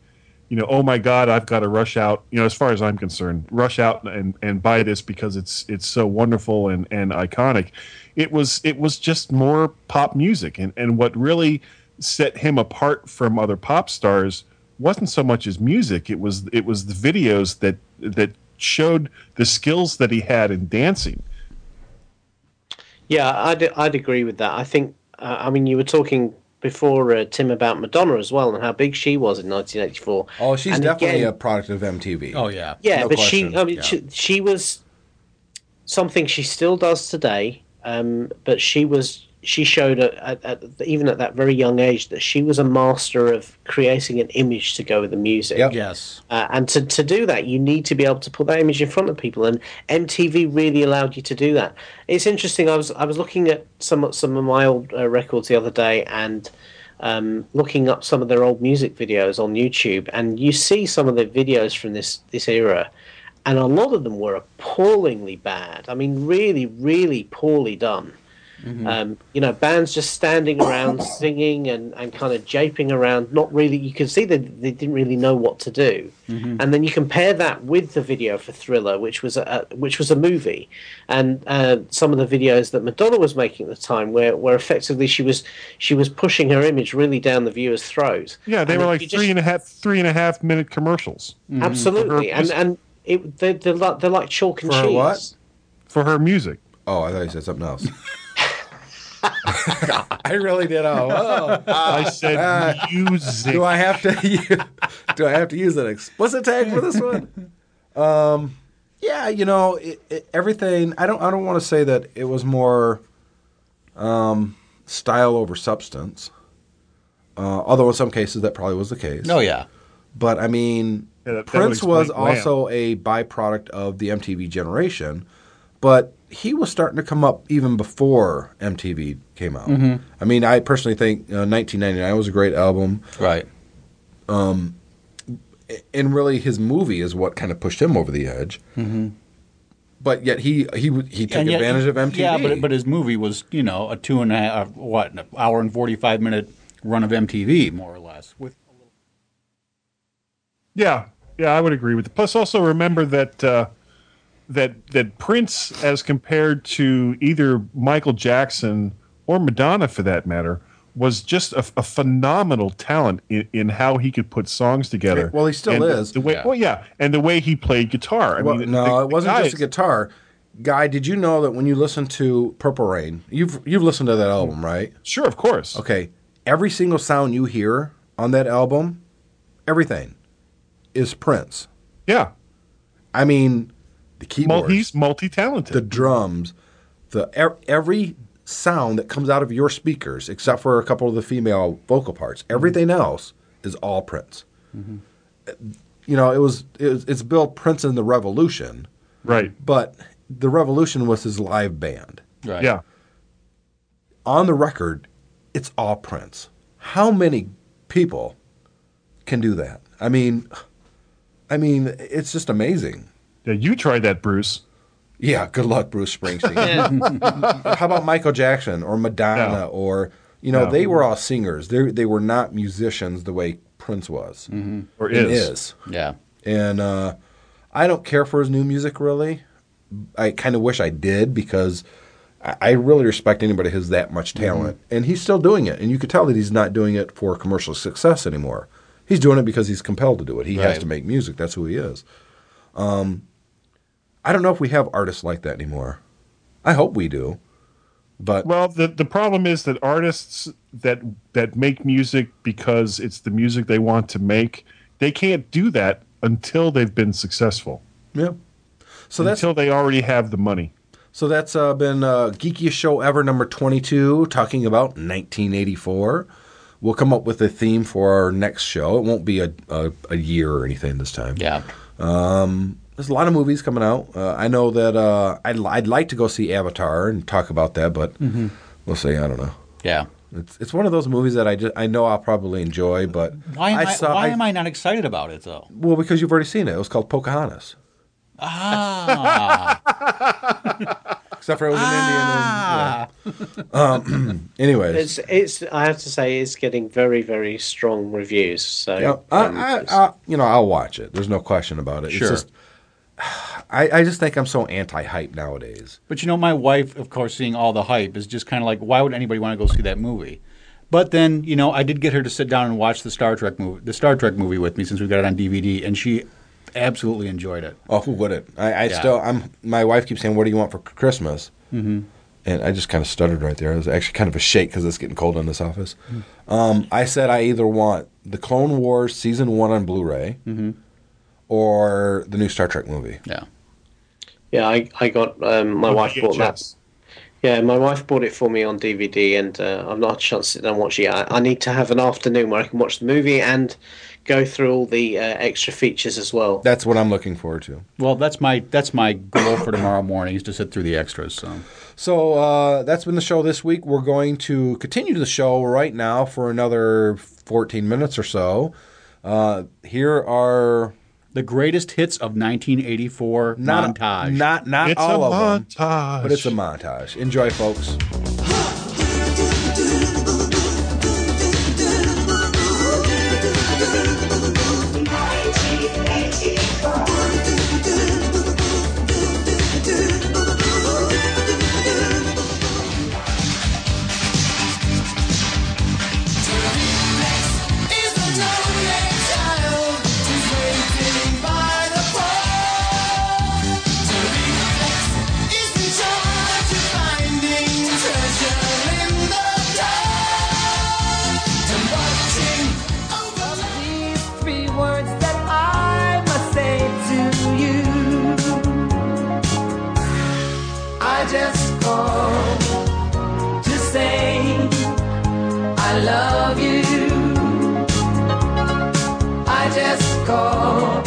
S9: you know, oh my God, I've got to rush out. You know, as far as I'm concerned, rush out and, and buy this because it's it's so wonderful and, and iconic. It was it was just more pop music, and and what really set him apart from other pop stars wasn't so much his music. It was it was the videos that that showed the skills that he had in dancing.
S6: Yeah, I'd, I'd agree with that. I think, uh, I mean, you were talking before, uh, Tim, about Madonna as well and how big she was in 1984.
S7: Oh, she's
S6: And
S7: definitely
S6: again-
S7: a product of MTV.
S11: Oh yeah,
S6: Yeah, but she, I mean, she, she was something she still does today, um, but she was. She showed at, at, at even at that very young age that she was a master of creating an image to go with the music.
S11: Yes.
S6: Uh, and to, to do that, you need to be able to put that image in front of people, and MTV really allowed you to do that. It's interesting. I was I was looking at some some of my old uh, records the other day, and um, looking up some of their old music videos on YouTube, and you see some of the videos from this this era, and a lot of them were appallingly bad. I mean, really, really poorly done. Um, you know, bands just standing around singing and, and kind of japing around, not really. You could see that they didn't really know what to do. And then you compare that with the video for Thriller, which was a, a- which was a movie, and uh, some of the videos that Madonna was making at the time, where, where effectively she was she was pushing her image really down the viewer's throat.
S9: Yeah, they
S6: And
S9: were
S6: if
S9: like
S6: you just-
S9: three and a half three and a half minute commercials.
S6: absolutely,
S9: For her
S6: and
S9: music.
S6: and it, they're, they're like they're like chalk and
S9: For her
S6: cheese.
S9: what? for her music.
S7: Oh, I thought you said something else. I really did. Oh, oh.
S9: I said music.
S7: Ah. Do I have to? u- do I have to use an explicit tag for this one? Um, yeah, you know, it, it, everything. I don't. I don't want to say that it was more um, style over substance. Uh, although in some cases that probably was the case.
S11: Oh, yeah.
S7: But I mean,
S11: Yeah, that- that would
S7: Prince was
S11: explain Wham.
S7: also a byproduct of the MTV generation, but he was starting to come up even before MTV came out.
S11: Mhm.
S7: I mean, I personally think uh, 1999 was a great album.
S11: Right.
S7: Um, and really, his movie is what kind of pushed him over the edge.
S11: Mm-hmm.
S7: But yet, he he he took
S11: And yet-
S7: advantage of MTV.
S11: Yeah, but but his movie was you know a two and a
S8: uh,
S11: half what an hour and forty five minute run of MTV more or less with
S9: Yeah, yeah, I would agree with. Plus, also remember that uh, that that Prince, as compared to either Michael Jackson or Madonna, for that matter, was just a, a phenomenal talent in, in how he could put songs together.
S7: Well, he still
S9: And the-
S7: is.
S9: The way,
S7: Yeah.
S9: Well, yeah, and the way he played guitar. I
S7: Well,
S9: mean,
S7: no,
S9: the- the
S7: it wasn't
S9: guy
S7: just a
S9: is-
S7: guitar. Guy, did you know that when you listen to Purple Rain, you've you've listened to that album, right?
S9: Sure, of course.
S7: Okay, every single sound you hear on that album, everything, is Prince.
S9: Yeah,
S7: I mean, the keyboards.
S9: he's multi-talented.
S7: The drums, the e- every sound that comes out of your speakers, except for a couple of the female vocal parts. Everything else is all Prince. You know, it was, it was it's Bill Prince and the Revolution,
S13: Right.
S7: but the Revolution was his live band.
S8: Right.
S13: Yeah.
S7: On the record, it's all Prince. How many people can do that? I mean, I mean, it's just amazing.
S13: Yeah. You tried that, Bruce.
S7: Yeah, good luck, Bruce Springsteen. How about Michael Jackson or Madonna
S13: No.
S7: or you know
S13: No.
S7: they were all singers. They they were not musicians the way Prince was
S13: Or
S7: and
S13: Mm-hmm. is.
S7: is.
S8: Yeah.
S7: And uh, I don't care for his new music really. I kind of wish I did because I, I really respect anybody who has that much talent, and he's still doing it. And you could tell that he's not doing it for commercial success anymore. He's doing it because he's compelled to do it. He has
S8: Right.
S7: to make music. That's who he is. Um, I don't know if we have artists like that anymore. I hope we do, but
S13: Well, the the problem is that artists that that make music because it's the music they want to make, they can't do that until they've been successful.
S7: yeah. So that's
S13: until they already have the money.
S7: So that's uh, been uh, Geekiest Show Ever, number 22, talking about 1984. We'll come up with a theme for our next show. It won't be a, a, a year or anything this time.
S8: Yeah.
S7: There's a lot of movies coming out. Uh, I know that uh, I'd, I'd like to go see Avatar and talk about that, but
S8: Mm-hmm.
S7: we'll see. I don't know.
S8: Yeah.
S7: It's, it's one of those movies that I, just, I know I'll probably enjoy, but
S8: Why am I,
S7: saw-
S8: why am I not excited about it though?
S7: Well, because you've already seen it. It was called Pocahontas.
S8: Ah.
S7: Except for it was
S8: Ah.
S7: an Indian. And, yeah. um, anyways.
S6: It's it's. I have to say, it's getting very very strong reviews. So
S7: Yeah, I,
S6: um,
S7: I,
S6: it's-
S7: I, you know, I'll watch it. There's no question about it.
S8: Sure.
S7: It's just, I, I just think I'm so anti-hype nowadays.
S8: But you know, my wife, of course, seeing all the hype is just kind of like, why would anybody want to go see that movie? But then, you know, I did get her to sit down and watch the Star Trek movie, the Star Trek movie with me, since we got it on DVD, and she absolutely enjoyed it.
S7: Oh, who wouldn't? I, I
S8: Yeah.
S7: still, I'm. My wife keeps saying, "What do you want for Christmas?" Mm-hmm. And I just kind of stuttered right there. It was actually kind of a shake because it's getting cold in this office. Um, I said I either want the Clone Wars season one on Blu-ray or the new Star Trek movie.
S8: Yeah,
S6: yeah, I, I got um, my wife bought that.
S13: VHS.
S6: Yeah, my wife bought it for me on DVD, and uh, I've not had a chance to sit down and watch it. I, I need to have an afternoon where I can watch the movie and go through all the uh, extra features as well.
S7: That's what I'm looking forward to.
S8: well, that's my that's my goal for tomorrow morning is to sit through the extras. So
S7: So uh, that's been the show this week. We're going to continue the show right now for another 14 minutes or so. Uh, here are
S8: the greatest hits of 1984
S7: not
S8: montage.
S7: not not
S13: It's
S7: all
S13: a
S7: of
S13: montage.
S7: them, but it's a montage. Enjoy, folks.
S9: Just called to say I love you. I just called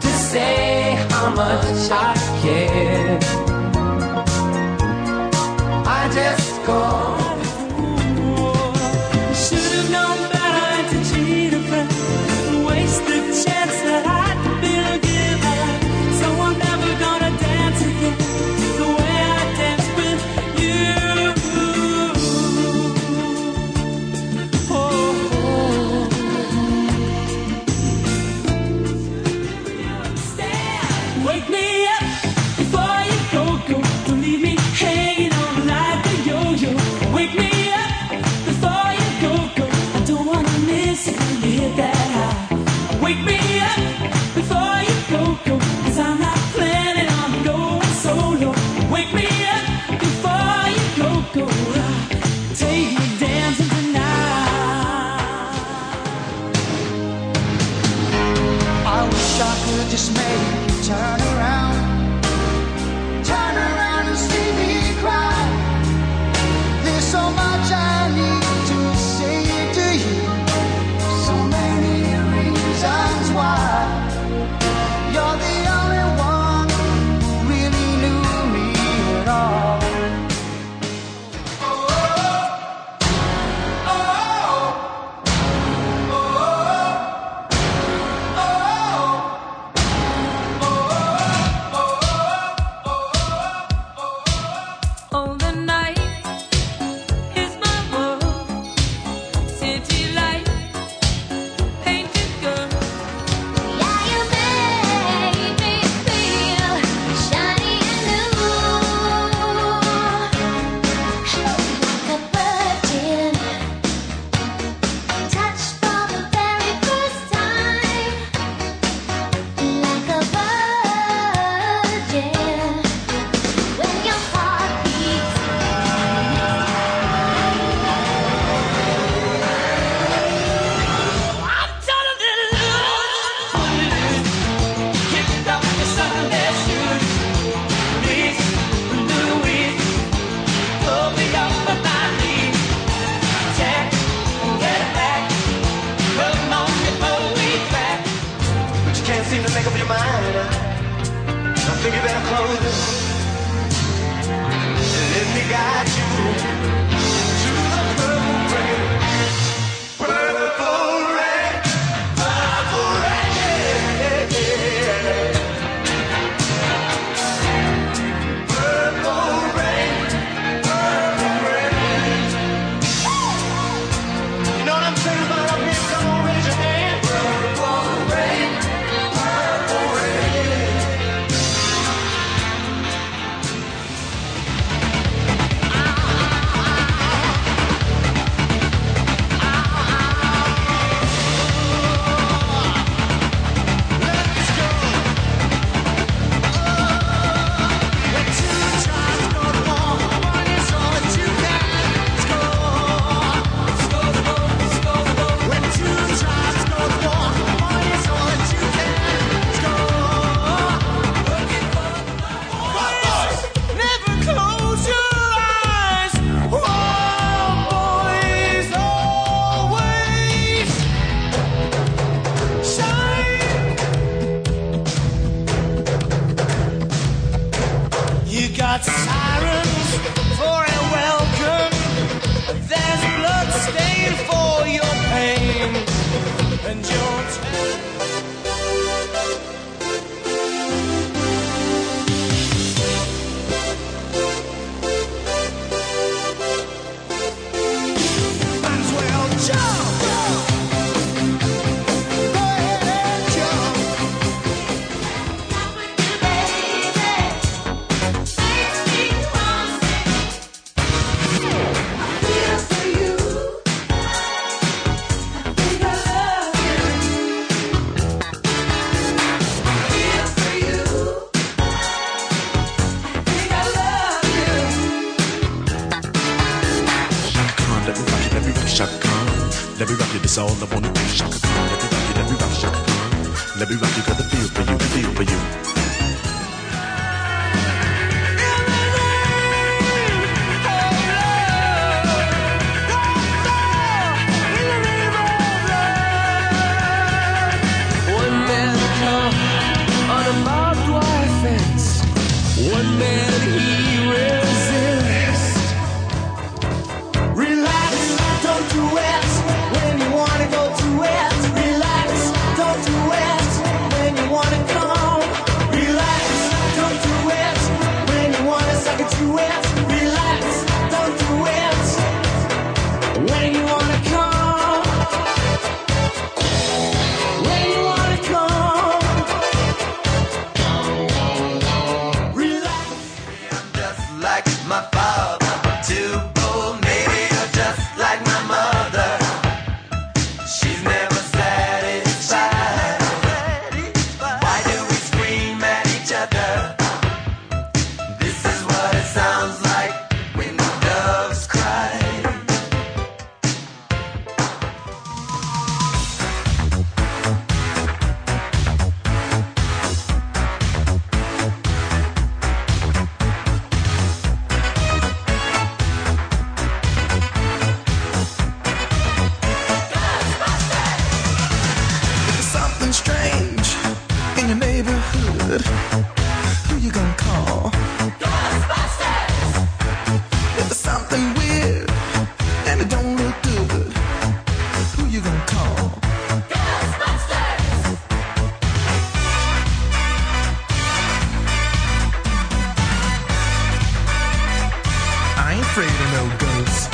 S9: to say how much I care. I just called. Should have known better to cheat a friend, waste the chance that I'd been given. So I'm never gonna dance again the way I danced with you. oh. Wake me up before you go, go. Don't leave me hanging all night with yo-yo. Ah, Oh, Think of that close. And let me guide you to the purple rain. Purple rain. Purple rain. Purple rain. Purple rain. You know what I'm saying about up here? Come on, raise your hand. Purple rain. Purple rain. Never close your eyes. Oh, boys, always shine. You got sirens for a welcome. There's blood stain for your pain. And your Might as well jump. Go ahead and jump.
S14: Shaka Khan, let me rock it, let me rock it, Shaka Khan. Let me rock it, it's all I wanna do. Shaka Khan, let me rock it, let me rock it, Shaka Khan. Let me rock it, got the feel for you, the feel for you.
S9: One man caught on a barbed wire fence. One man he resists. Relax, don't do it when you wanna go to it. Relax, don't do it when you wanna come home. Relax, don't do it when you wanna suck it to it. Relax, don't do it when you wanna come. When you wanna come, relax.
S15: just like my father. I'm too bold, maybe I'm just like my mother. She's never satisfied. Why do we scream at each other? This is what it sounds like when the doves cry.
S16: There's something strange in your neighborhood. Who you gonna call? Ghostbusters! There's something weird and it don't look good. Who you gonna call? Ghostbusters! I ain't afraid of no ghosts.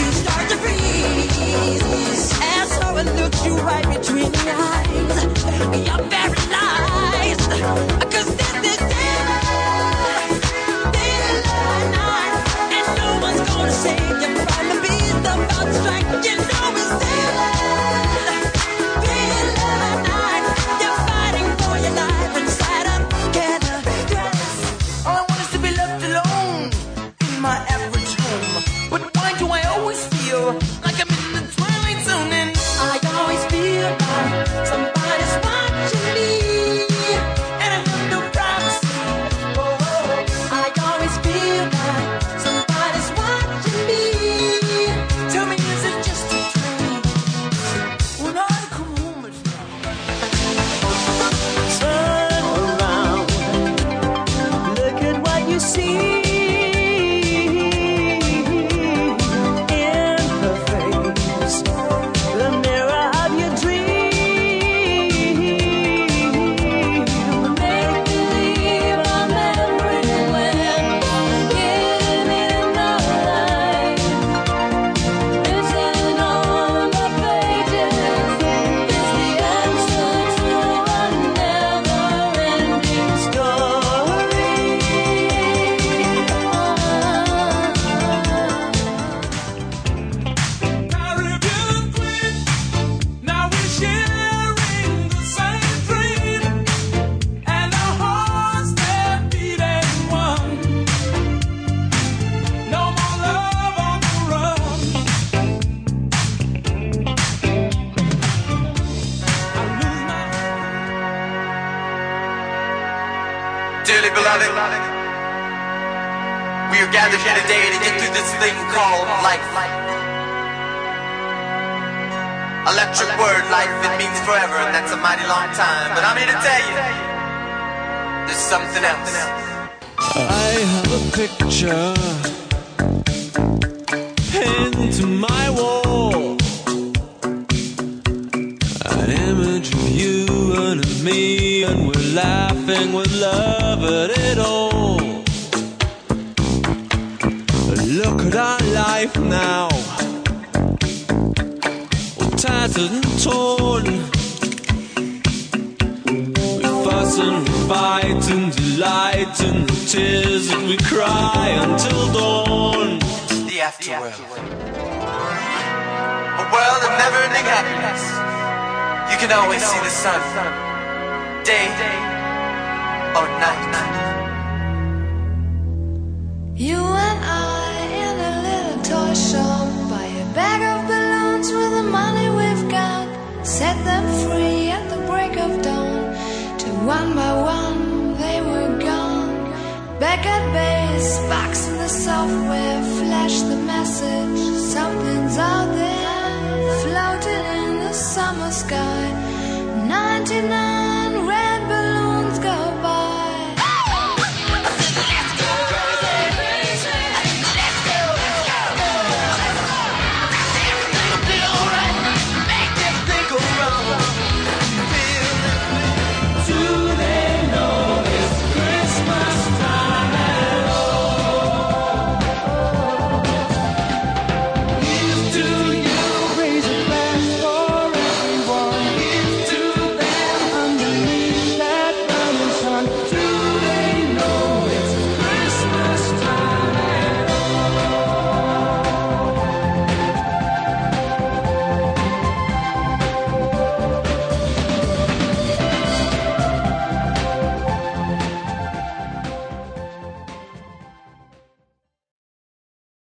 S9: You start to freeze, and someone looks you right between the eyes. You're paralyzed, 'cause this is death, death night, and no one's gonna save you from the beast about to strike. You know it's death, death night. You're fighting for your life inside a together dress.
S17: All I want is to be left alone in my average home. But why do I always feel like I'm in the twilight zone? And I always feel like somebody's watching me, and I Oh,
S18: beloved. We are gathered here today to get through this thing called life. Electric word, life, it means forever, and that's a mighty long time. But I'm here to tell you, there's something else.
S19: I have a picture pinned to my wall. An image of you and of me, and we're laughing with love at it all. Look at our life now, all tattered and torn. We fuss and we fight and delight in the tears that we cry until dawn.
S18: The afterworld. A world of never ending happiness. You can always see the sun. Day or night.
S20: You and I in a little toy shop buy a bag of balloons with the money we've got. Set them free at the break of dawn. Till one by one they were gone. Back at base, box in the software, flash the message. Something's out there, floating in the summer sky. 99